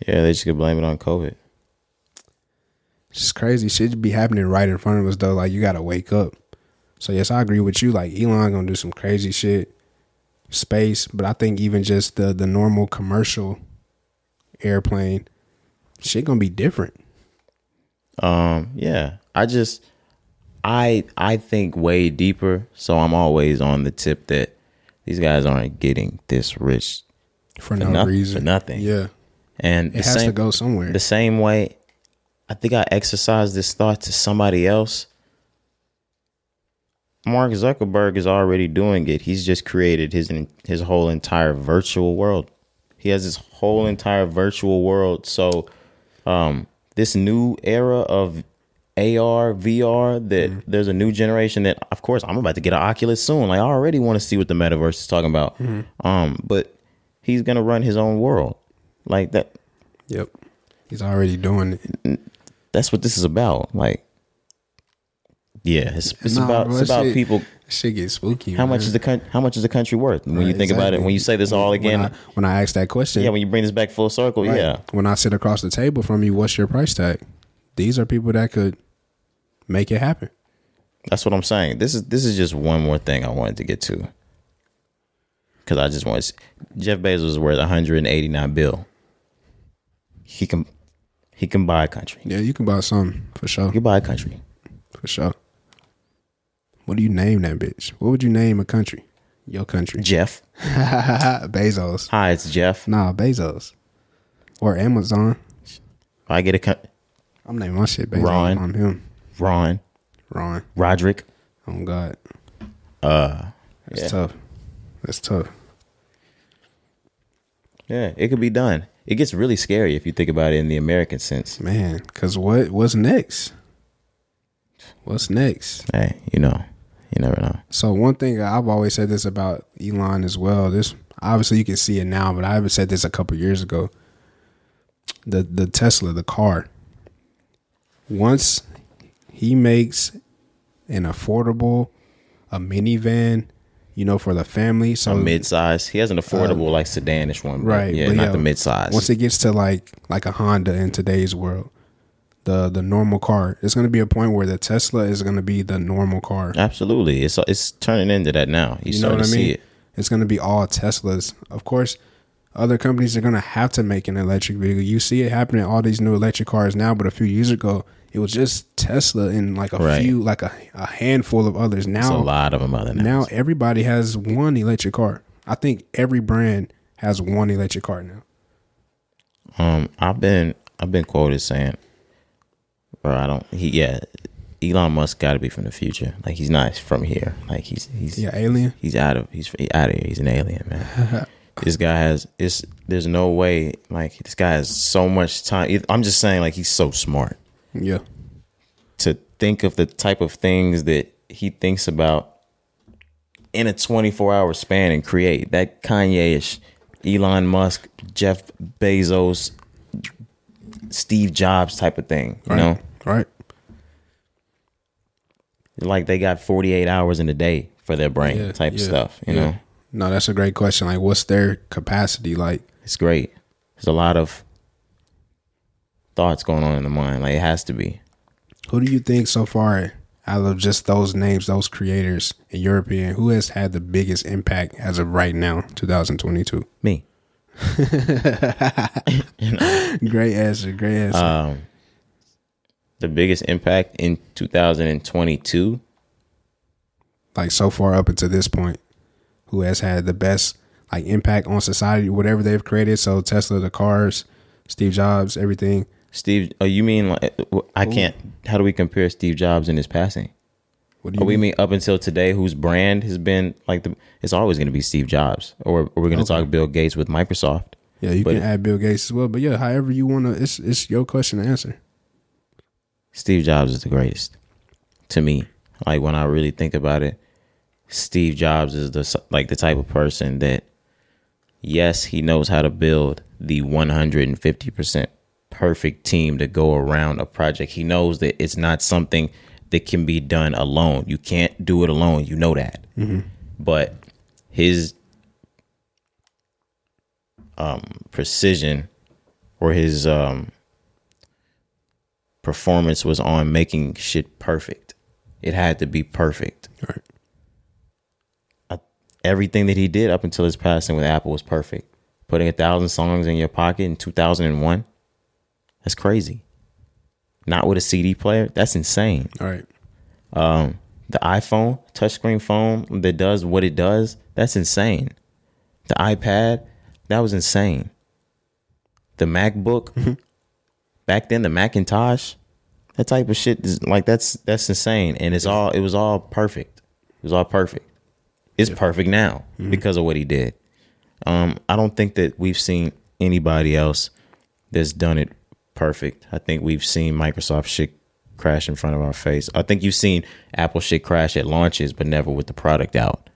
[SPEAKER 1] Yeah, they just could blame it on COVID.
[SPEAKER 2] It's just crazy. Shit be happening right in front of us though. Like you gotta wake up. So yes, I agree with you. Like Elon gonna do some crazy shit, space. But I think even just the the normal commercial airplane, shit gonna be different.
[SPEAKER 1] Um, yeah, I just I I think way deeper, so I'm always on the tip that these guys aren't getting this rich
[SPEAKER 2] For, no
[SPEAKER 1] noth-
[SPEAKER 2] reason.
[SPEAKER 1] for nothing.
[SPEAKER 2] Yeah.
[SPEAKER 1] And the
[SPEAKER 2] It has
[SPEAKER 1] same
[SPEAKER 2] to go somewhere.
[SPEAKER 1] the same way I think I exercised this thought to somebody else. Mark Zuckerberg is already doing it. He's just created his his whole entire virtual world. He has his whole entire virtual world. So um this new era of AR, VR, that there's a new generation that of course I'm about to get an Oculus soon. Like I already want to see what the metaverse is talking about. Um but he's going to run his own world. Like that
[SPEAKER 2] Yep. He's already doing it.
[SPEAKER 1] that's what this is about. Like, yeah, it's, it's
[SPEAKER 2] Nah,
[SPEAKER 1] about
[SPEAKER 2] bro,
[SPEAKER 1] it's
[SPEAKER 2] that
[SPEAKER 1] about
[SPEAKER 2] shit-
[SPEAKER 1] people.
[SPEAKER 2] that Shit gets spooky.
[SPEAKER 1] How
[SPEAKER 2] man.
[SPEAKER 1] much is the coun- how much is the country worth? When you
[SPEAKER 2] Right,
[SPEAKER 1] think about it,
[SPEAKER 2] exactly.
[SPEAKER 1] when you say this all
[SPEAKER 2] When
[SPEAKER 1] again,
[SPEAKER 2] I, when I ask that question,
[SPEAKER 1] yeah, when you bring this back full circle,
[SPEAKER 2] right,
[SPEAKER 1] yeah,
[SPEAKER 2] When I sit across the table from you, what's your price tag? These are people that could make it happen.
[SPEAKER 1] that's what I'm saying. This is this is just one more thing I wanted to get to because I just want Jeff Bezos is worth 189 bill. He can he can buy a country.
[SPEAKER 2] Yeah, you can buy some for sure.
[SPEAKER 1] He can buy a country.
[SPEAKER 2] For sure. What do you name that bitch? What would you name a country? Your country.
[SPEAKER 1] Jeff,
[SPEAKER 2] [laughs] Bezos.
[SPEAKER 1] hi, it's Jeff.
[SPEAKER 2] Nah, Bezos. Or Amazon.
[SPEAKER 1] I get a co-
[SPEAKER 2] I'm naming my shit Bezos.
[SPEAKER 1] Ron.
[SPEAKER 2] I'm him.
[SPEAKER 1] Ron
[SPEAKER 2] Ron.
[SPEAKER 1] Roderick.
[SPEAKER 2] Oh God. Uh
[SPEAKER 1] Uh,
[SPEAKER 2] that's
[SPEAKER 1] yeah.
[SPEAKER 2] tough. That's tough.
[SPEAKER 1] Yeah, it could be done. It gets really scary if you think about it in the American sense.
[SPEAKER 2] Man, cause what what's next? What's next?
[SPEAKER 1] Hey, you know, you never know.
[SPEAKER 2] So one thing I've always said this about Elon as well. This obviously you can see it now, but I haven't said this a couple years ago. The the Tesla, the car. Once he makes an affordable a minivan, you know, for the family. So
[SPEAKER 1] A mid-size. He has an affordable, like sedanish one, but
[SPEAKER 2] Uh, right?
[SPEAKER 1] Yeah,
[SPEAKER 2] but
[SPEAKER 1] not
[SPEAKER 2] yeah,
[SPEAKER 1] the mid-size.
[SPEAKER 2] Once it gets to like like a Honda in today's world, the the normal car, it's going to be a point where the Tesla is going to be the normal car.
[SPEAKER 1] Absolutely, it's it's turning into that now. You,
[SPEAKER 2] You know
[SPEAKER 1] starting
[SPEAKER 2] what
[SPEAKER 1] to
[SPEAKER 2] I
[SPEAKER 1] see
[SPEAKER 2] mean?
[SPEAKER 1] it.
[SPEAKER 2] It's going to be all Teslas. Of course, other companies are going to have to make an electric vehicle. You see it happening all these new electric cars now, but a few years ago, it was just Tesla and like a
[SPEAKER 1] Right.
[SPEAKER 2] few, like a, a handful of others.
[SPEAKER 1] It's a
[SPEAKER 2] Now,
[SPEAKER 1] lot of them out there now.
[SPEAKER 2] Um, now everybody has one electric car. I think every brand has one electric car now.
[SPEAKER 1] Um, I've been I've been quoted saying, "Bro, I don't." He yeah, Elon Musk got to be from the future. Like he's not from here. Like he's he's
[SPEAKER 2] Yeah, Alien. [laughs]
[SPEAKER 1] he's out of he's out of here. He's an alien, man. this guy has it's there's no way like this guy has so much time It- i'm just saying like he's so smart
[SPEAKER 2] Yeah.
[SPEAKER 1] to think of the type of things that he thinks about in a 24 hour span and create that kanye-ish elon musk jeff bezos steve jobs type of thing you
[SPEAKER 2] Right.
[SPEAKER 1] know
[SPEAKER 2] Right.
[SPEAKER 1] like they got 48 hours in a day for their brain
[SPEAKER 2] Yeah,
[SPEAKER 1] type
[SPEAKER 2] yeah,
[SPEAKER 1] stuff you
[SPEAKER 2] yeah.
[SPEAKER 1] know
[SPEAKER 2] No, that's a great question. Like, what's their capacity? Like,
[SPEAKER 1] it's great there's a lot of thoughts going on in the mind like it has to be
[SPEAKER 2] who do you think so far out of just those names, those creators in European, who has had the biggest impact as of right now, 2022?
[SPEAKER 1] me
[SPEAKER 2] Great answer. Great answer.
[SPEAKER 1] Uh, the biggest impact in 2022
[SPEAKER 2] like so far up until this point, who has had the best like impact on society, whatever they've created. So Tesla, the cars, Steve Jobs, everything.
[SPEAKER 1] Steve, oh, you mean like I can't? How do we compare Steve Jobs and his passing?
[SPEAKER 2] What do
[SPEAKER 1] Oh,
[SPEAKER 2] you
[SPEAKER 1] we
[SPEAKER 2] mean?
[SPEAKER 1] mean up until today, whose brand has been like the? It's always going to be Steve Jobs, or, or we're going to talk Bill Gates with Microsoft.
[SPEAKER 2] Yeah, you
[SPEAKER 1] but-
[SPEAKER 2] can add Bill Gates as well. But yeah, however you wanna it's it's your question to answer.
[SPEAKER 1] Steve Jobs is the greatest to me. Like when I really think about it, Steve Jobs is the s- like the type of person that yes, he knows how to build the 150% perfect team to go around a project. He knows that it's not something that can be done alone. You can't do it alone. You know that. But his um precision or his um performance was on making shit perfect. It had to be perfect.
[SPEAKER 2] Right.
[SPEAKER 1] I, everything that he did up until his passing with Apple was perfect. Putting a thousand songs in your pocket in 2001, that's crazy. Not with a CD player, that's insane.
[SPEAKER 2] All right.
[SPEAKER 1] The iPhone, touchscreen phone that does what it does, that's insane. The iPad, that was insane. The MacBook, back then the Macintosh, that type of shit is like that's that's insane. And it's all it was all perfect. It was all perfect. It's perfect now because of what he did. Um, I don't think that we've seen anybody else that's done it perfect. I think we've seen Microsoft shit crash in front of our face. I think you've seen Apple shit crash at launches, but never with the product out.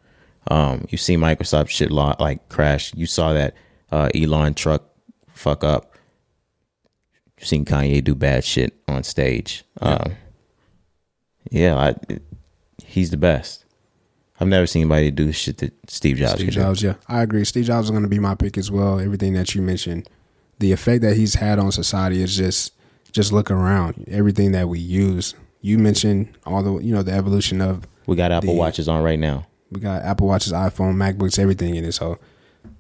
[SPEAKER 1] Um, you've seen Microsoft shit lo- like crash. You saw that uh, Elon truck fuck up. You've seen Kanye do bad shit on stage. Yeah, um, yeah I, he's the best. I've never seen anybody do shit that Steve Jobs
[SPEAKER 2] Steve
[SPEAKER 1] could do.
[SPEAKER 2] Jobs, yeah. I agree. Steve Jobs is gonna be my pick as well. Everything that you mentioned. The effect that he's had on society is just just look around. Everything that we use. You mentioned all the you know, the evolution of
[SPEAKER 1] We got Apple
[SPEAKER 2] The-
[SPEAKER 1] Watches on right now.
[SPEAKER 2] We got Apple Watches, iPhone, MacBooks, everything in it. So,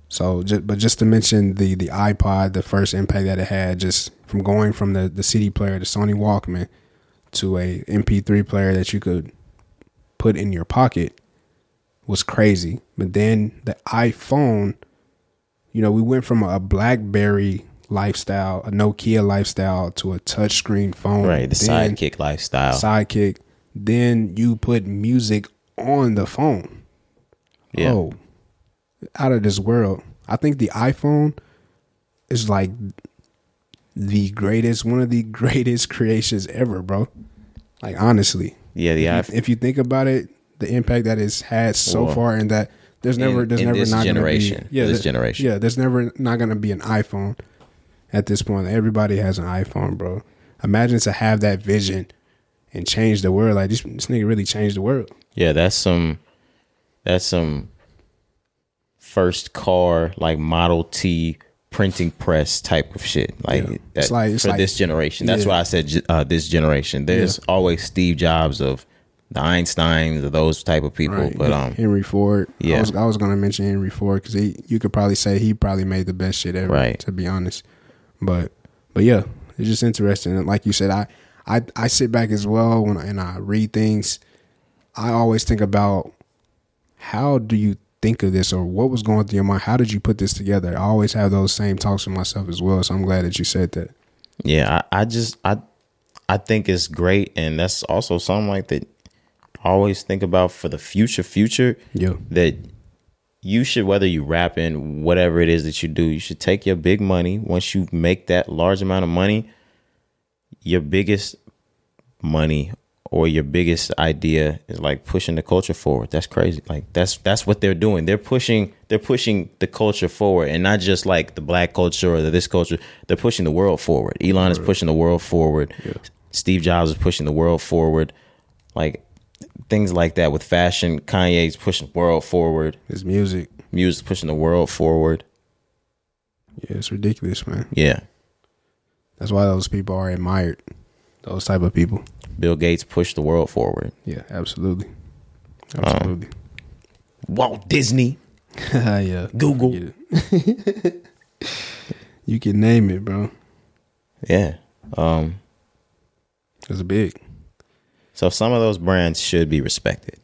[SPEAKER 2] so just, but just to mention the the iPod, the first impact that it had, just from going from the the CD player, the Sony Walkman, to a MP3 player that you could put in your pocket, was crazy. But then the iPhone, you know, we went from a BlackBerry lifestyle, a Nokia lifestyle, to a touchscreen phone.
[SPEAKER 1] Right, the
[SPEAKER 2] Then-
[SPEAKER 1] sidekick lifestyle.
[SPEAKER 2] sidekick. Then you put music on the phone.
[SPEAKER 1] Yeah.
[SPEAKER 2] Oh, out of this world. I think the iPhone is like the greatest, one of the [laughs] greatest creations ever, bro. Like honestly,
[SPEAKER 1] yeah, the
[SPEAKER 2] if,
[SPEAKER 1] iPhone.
[SPEAKER 2] if you think about it, the impact that it's had so
[SPEAKER 1] Well,
[SPEAKER 2] far, and that there's never,
[SPEAKER 1] in-
[SPEAKER 2] there's
[SPEAKER 1] in
[SPEAKER 2] never
[SPEAKER 1] this
[SPEAKER 2] not
[SPEAKER 1] generation,
[SPEAKER 2] gonna be, yeah,
[SPEAKER 1] this
[SPEAKER 2] there-
[SPEAKER 1] generation.
[SPEAKER 2] yeah, there's never not gonna be an iPhone at this point. Everybody has an iPhone, bro. Imagine to have that vision and change the world. Like this, this nigga really changed the world.
[SPEAKER 1] Yeah, that's some that's some first car like Model T printing press type of shit. Like,
[SPEAKER 2] Yeah.
[SPEAKER 1] that,
[SPEAKER 2] It's like- it's
[SPEAKER 1] for
[SPEAKER 2] like-
[SPEAKER 1] this generation. That's
[SPEAKER 2] yeah.
[SPEAKER 1] why I said ge- uh, this generation. There's always Steve Jobs of the Einsteins of those type of people,
[SPEAKER 2] Right.
[SPEAKER 1] but
[SPEAKER 2] [laughs]
[SPEAKER 1] um
[SPEAKER 2] Henry Ford. I
[SPEAKER 1] yeah.
[SPEAKER 2] was, I was gonna mention Henry Ford because he, you could probably say he probably made the best shit ever.
[SPEAKER 1] Right.
[SPEAKER 2] To be honest, but but yeah, it's just interesting. And like you said, I I I sit back as well when I- and I read things. I always think about how do you think of this or what was going through your mind? How did you put this together? I always have those same talks with myself as well. So I'm glad that you said that.
[SPEAKER 1] Yeah, I, I just I I think it's great and that's also something like that I always think about for the future future.
[SPEAKER 2] Yeah.
[SPEAKER 1] That you should whether you rap in whatever it is that you do, you should take your big money. Once you make that large amount of money, your biggest money or your biggest idea is like pushing the culture forward. That's crazy. Like that's that's what they're doing. They're pushing they're pushing the culture forward and not just like the black culture or the this culture. They're pushing the world forward. Elon is pushing the world forward. Steve Jobs is pushing the world forward. Like things like that with fashion, Kanye's pushing the world forward.
[SPEAKER 2] It's music.
[SPEAKER 1] Music pushing the world forward.
[SPEAKER 2] Yeah, it's ridiculous, man.
[SPEAKER 1] Yeah.
[SPEAKER 2] That's why those people are admired. Those type of people.
[SPEAKER 1] Bill Gates pushed the world forward.
[SPEAKER 2] Yeah, absolutely.
[SPEAKER 1] Um, [laughs]
[SPEAKER 2] Absolutely.
[SPEAKER 1] Walt Disney.
[SPEAKER 2] yeah.
[SPEAKER 1] Google.
[SPEAKER 2] Get it. [laughs] you can name it, bro.
[SPEAKER 1] Yeah. Um
[SPEAKER 2] It's big.
[SPEAKER 1] So some of those brands should be respected.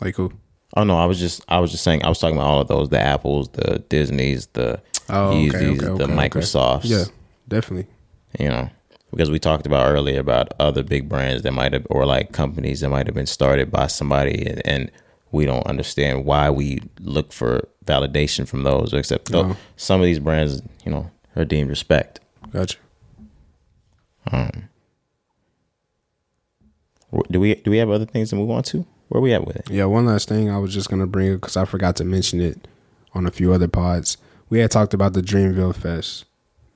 [SPEAKER 2] Like who?
[SPEAKER 1] Oh no, I was just I was just saying I was talking about all of those the Apples, the Disneys, the
[SPEAKER 2] Oh,
[SPEAKER 1] Yeezys, the Microsofts.
[SPEAKER 2] Yeah, definitely.
[SPEAKER 1] You know, because we talked about earlier about other big brands that might have or like companies that might have been started by somebody and, and we don't understand why we look for validation from those except tho-
[SPEAKER 2] No.
[SPEAKER 1] some of these brands, you know, are deemed respect.
[SPEAKER 2] Gotcha.
[SPEAKER 1] Do we do we have other things to move on to? Where we at with it?
[SPEAKER 2] Yeah, one last thing I was just gonna bring because I forgot to mention it on a few other pods. We had talked about the Dreamville Fest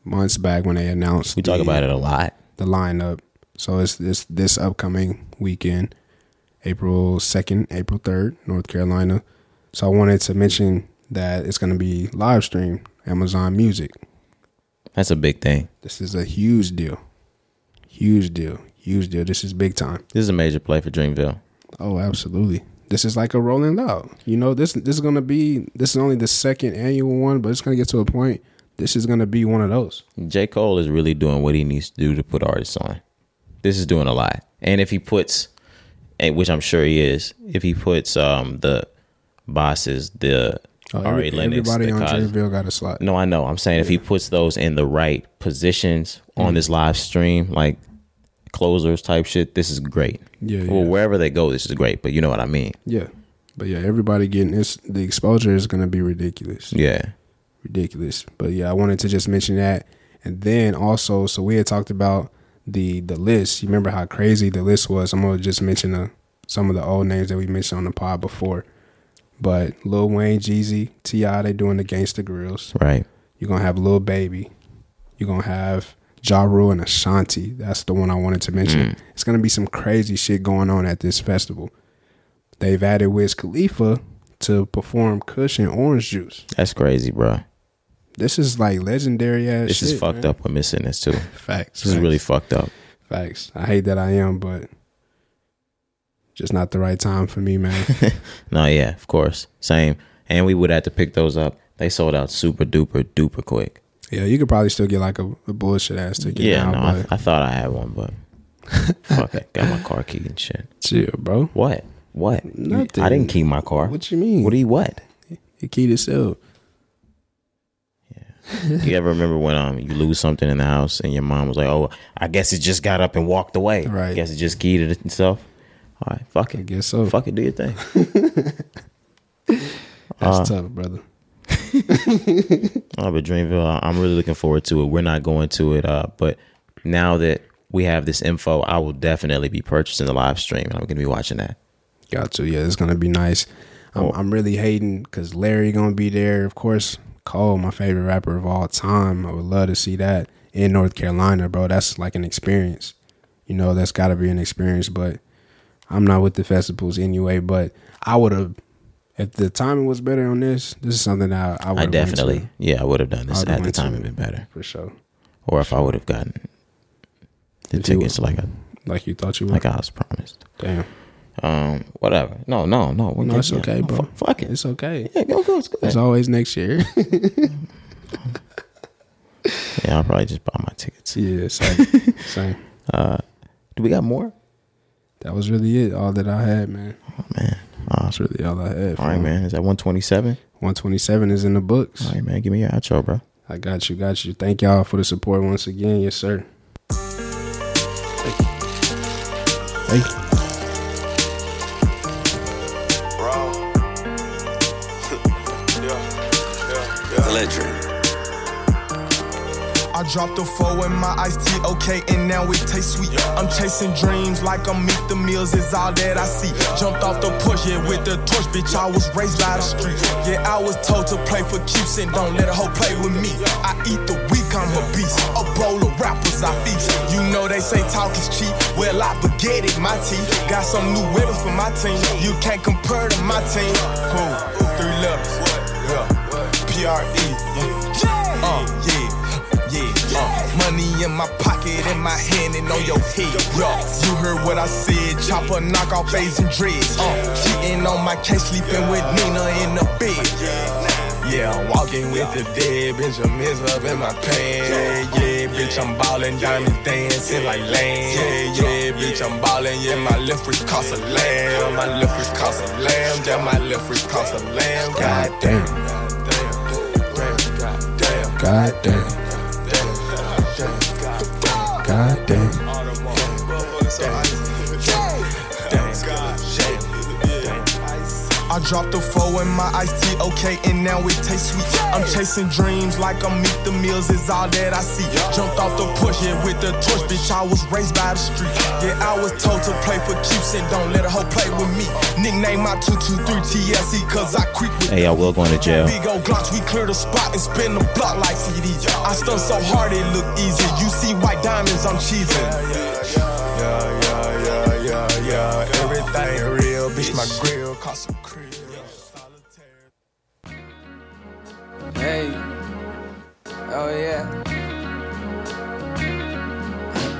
[SPEAKER 2] months back when they announced
[SPEAKER 1] We talk
[SPEAKER 2] the-
[SPEAKER 1] about it a lot.
[SPEAKER 2] the lineup. So it's this this upcoming weekend, April second, April third, North Carolina. So I wanted to mention that it's going to be live streamed Amazon Music.
[SPEAKER 1] That's a big thing.
[SPEAKER 2] This is a huge deal, huge deal, huge deal. This is big time.
[SPEAKER 1] This is a major play for Dreamville.
[SPEAKER 2] Oh, absolutely. This is like a rolling out. You know, this this is gonna be this is only the second annual one, but it's gonna get to a point. This is gonna be one of those.
[SPEAKER 1] J. Cole is really doing what he needs to do to put artists on. This is doing a lot. And if he puts, and which I'm sure he is, if he puts um the bosses, the
[SPEAKER 2] Oh,
[SPEAKER 1] Ari
[SPEAKER 2] every-
[SPEAKER 1] Lennox,
[SPEAKER 2] everybody
[SPEAKER 1] the
[SPEAKER 2] on
[SPEAKER 1] Cos-
[SPEAKER 2] Dreamville got a slot.
[SPEAKER 1] No, I know. I'm saying if he puts those in the right positions
[SPEAKER 2] Mm.
[SPEAKER 1] on this live stream, like closers type shit, this is great.
[SPEAKER 2] Yeah,
[SPEAKER 1] Well,
[SPEAKER 2] yeah.
[SPEAKER 1] wherever they go, this is great. But you know what I mean.
[SPEAKER 2] Yeah, but yeah, everybody getting this. The exposure is gonna be ridiculous,
[SPEAKER 1] Yeah.
[SPEAKER 2] ridiculous. But yeah, I wanted to just mention that, and then also, so we had talked about the the list. You remember how crazy the list was? I'm gonna just mention uh some of the old names that we mentioned on the pod before. But Lil Wayne, Jeezy, Ti, they doing the Gangsta Grills.
[SPEAKER 1] Right.
[SPEAKER 2] You're gonna have Lil Baby. You're gonna have Ja Rule and Ashanti. That's the one I wanted to mention.
[SPEAKER 1] Mm.
[SPEAKER 2] It's gonna be some crazy shit going on at this festival. They've added Wiz Khalifa to perform Kush and Orange Juice.
[SPEAKER 1] That's crazy, bro.
[SPEAKER 2] This is like legendary ass.
[SPEAKER 1] This is fucked up. We're missing this too.
[SPEAKER 2] Facts.
[SPEAKER 1] This is
[SPEAKER 2] facts,
[SPEAKER 1] really fucked up.
[SPEAKER 2] facts. I hate that I am, but just not the right time for me, man.
[SPEAKER 1] [laughs] No, yeah, of course. Same. And we would have to pick those up. They sold out super duper duper quick.
[SPEAKER 2] yeah, you could probably still get like a, a bullshit ass ticket.
[SPEAKER 1] Yeah,
[SPEAKER 2] now,
[SPEAKER 1] no,
[SPEAKER 2] but
[SPEAKER 1] I, I thought I had one,
[SPEAKER 2] [laughs]
[SPEAKER 1] but fuck it. Got my car key and shit.
[SPEAKER 2] chill, bro.
[SPEAKER 1] What? What?
[SPEAKER 2] Nothing.
[SPEAKER 1] I didn't key my car.
[SPEAKER 2] What you mean?
[SPEAKER 1] What do you
[SPEAKER 2] [laughs]
[SPEAKER 1] what?
[SPEAKER 2] It keyed itself.
[SPEAKER 1] You ever remember when um you lose something in the house and your mom was like, "Oh, I guess it just got up and walked away.
[SPEAKER 2] Right.
[SPEAKER 1] guess it just keyed it itself." All right, fuck it.
[SPEAKER 2] I guess so.
[SPEAKER 1] Fuck it. Do your thing.
[SPEAKER 2] That's
[SPEAKER 1] Uh,
[SPEAKER 2] tough, brother.
[SPEAKER 1] Oh, but Dreamville, I- I'm really looking forward to it. We're not going to it, uh, but now that we have this info, I will definitely be purchasing the live stream, and I'm gonna be watching that.
[SPEAKER 2] Got to. Yeah, it's gonna be nice. I'm, I'm really hating because Larry gonna be there. Of course, Cole, my favorite rapper of all time. I would love to see that in North Carolina, bro. That's like an experience. You know, that's got to be an experience. But I'm not with the festivals anyway. But I would have, if the timing was better on this. This is something that I, would
[SPEAKER 1] I definitely, yeah, I would have done this
[SPEAKER 2] I'd
[SPEAKER 1] at the
[SPEAKER 2] went to
[SPEAKER 1] time.
[SPEAKER 2] it.
[SPEAKER 1] It'd been better,
[SPEAKER 2] for sure.
[SPEAKER 1] or if I would have gotten the
[SPEAKER 2] you
[SPEAKER 1] tickets like I,
[SPEAKER 2] Like you thought you would.
[SPEAKER 1] like I was promised.
[SPEAKER 2] Damn.
[SPEAKER 1] Um, whatever. No, no, no. We're
[SPEAKER 2] No,
[SPEAKER 1] good.
[SPEAKER 2] it's
[SPEAKER 1] Yeah,
[SPEAKER 2] okay,
[SPEAKER 1] no,
[SPEAKER 2] bro.
[SPEAKER 1] fu- Fuck it.
[SPEAKER 2] It's okay.
[SPEAKER 1] yeah, go, go. It's good.
[SPEAKER 2] It's always next year. [laughs]
[SPEAKER 1] yeah, I'll probably just buy my tickets.
[SPEAKER 2] yeah, same, same.
[SPEAKER 1] Do we got more?
[SPEAKER 2] That was really it. All that I had, man.
[SPEAKER 1] Oh man. Uh,
[SPEAKER 2] That's really all I had.
[SPEAKER 1] all right, man. Is that 127?
[SPEAKER 2] 127 is in the books.
[SPEAKER 1] All right, man. Give me your outro, bro.
[SPEAKER 2] I got you, got you. Thank y'all for the support once again. Yes, sir. Thank you. Thank you.
[SPEAKER 5] dropped a four in my iced tea, okay, and now it tastes sweet. I'm chasing dreams like I'm meet the meals, is all that I see. Jumped off the porch, yeah, with the torch, bitch, I was raised by the street. Yeah, I was told to play for keeps and don't let a hoe play with me. I eat the weak, I'm a beast. A bowl of rappers, I feast. You know they say talk is cheap, well, I forget it, my team. Got some new weapons for my team, you can't compare to my team. Who? Three letters. Yeah. P-R-E. Yeah. Uh, yeah, yeah, uh. Money in my pocket, in my hand, and on your head. Yeah. You heard what I said, chopper knock off phase and dreads. Uh, cheating on my case, sleeping with Nina in the bed. Yeah, I'm walking with the dead, bitch, I'm is up in my pants. Yeah, bitch, I'm ballin', diamonds dancing like land. Yeah, yeah, bitch, I'm ballin', yeah, my left wrist cost a lamb. My left wrist cost a lamb, yeah, my left wrist cost a lamb. God damn. God damn.
[SPEAKER 2] God damn. God damn.
[SPEAKER 5] I dropped a four in my iced tea, okay, and now it tastes sweet. I'm chasing dreams like I'm meet the meals, is all that I see. Jumped off the push, yeah, with the torch, bitch, I was raised by the street. Yeah, I was told to play for keeps and don't let a hoe play with me. Nickname my 223 TSE, E, cause I creep with
[SPEAKER 1] Hey, I will go into jail.
[SPEAKER 5] Big old Glocks, we clear the spot and spin the block like CD. I stunt so hard it look easy. You see white diamonds, I'm cheesing. Yeah, yeah, yeah, yeah, yeah. Everything real, bitch. My grill cost a crib.
[SPEAKER 3] Hey. Oh yeah.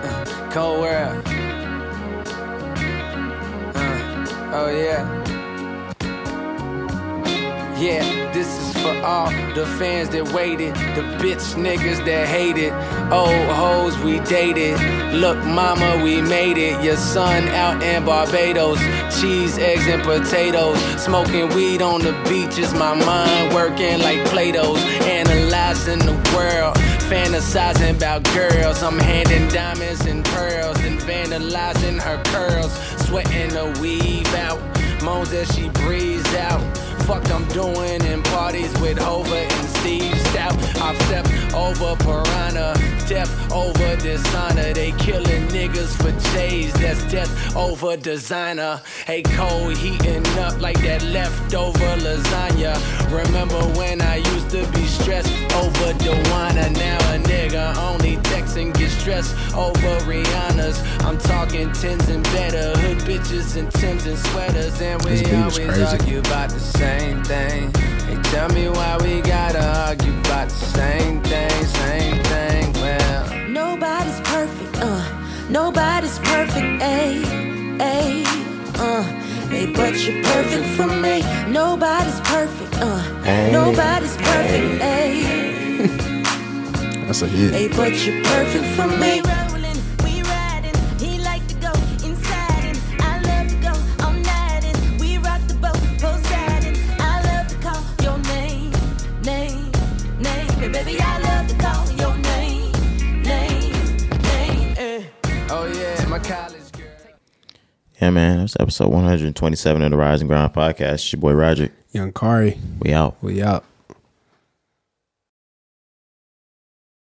[SPEAKER 3] Uh, Cold world. Uh, oh yeah. Yeah, this is for all the fans that waited, the bitch niggas that hated, old hoes we dated. Look, mama, we made it. Your son out in Barbados, cheese, eggs, and potatoes. Smoking weed on the beaches, my mind working like Play Doh's. Analyzing the world, fantasizing about girls. I'm handing diamonds and pearls, and vandalizing her curls. Sweating the weave out. Moans that she breathes out. Fuck, I'm doing in parties with Hova and Steve Stout. I've stepped over piranha, step over dishonor. They killing niggas for J's, that's death over designer. Hey, cold heating up like that leftover lasagna. Remember when I used to be stressed over Dewana? Now a nigga only texts and gets stressed over Rihanna's. I'm talking tens and better, hood bitches and Tims and sweaters. And we
[SPEAKER 2] This beat
[SPEAKER 3] always
[SPEAKER 2] is crazy.
[SPEAKER 3] argue about the same thing. Hey, tell me why we gotta argue about the same thing, same thing. Well,
[SPEAKER 6] Nobody's perfect, uh. Nobody's perfect, ayy, ayy, uh. Hey, but you're perfect for me. Nobody's perfect, uh. Nobody's perfect, ayy.
[SPEAKER 2] That's a hit.
[SPEAKER 6] Hey, but you're perfect for me.
[SPEAKER 7] rollin', we ridin', he like to go inside and I love to go all night and we rock the boat, Poseidon. I love to call your name, name, name, and baby, I love to call your name, name, name. eh.
[SPEAKER 3] oh yeah, my college girl.
[SPEAKER 1] Yeah, man. That's episode 127 of the Rising Ground podcast. It's your boy Roger.
[SPEAKER 2] Young Kari,
[SPEAKER 1] We out.
[SPEAKER 2] we out.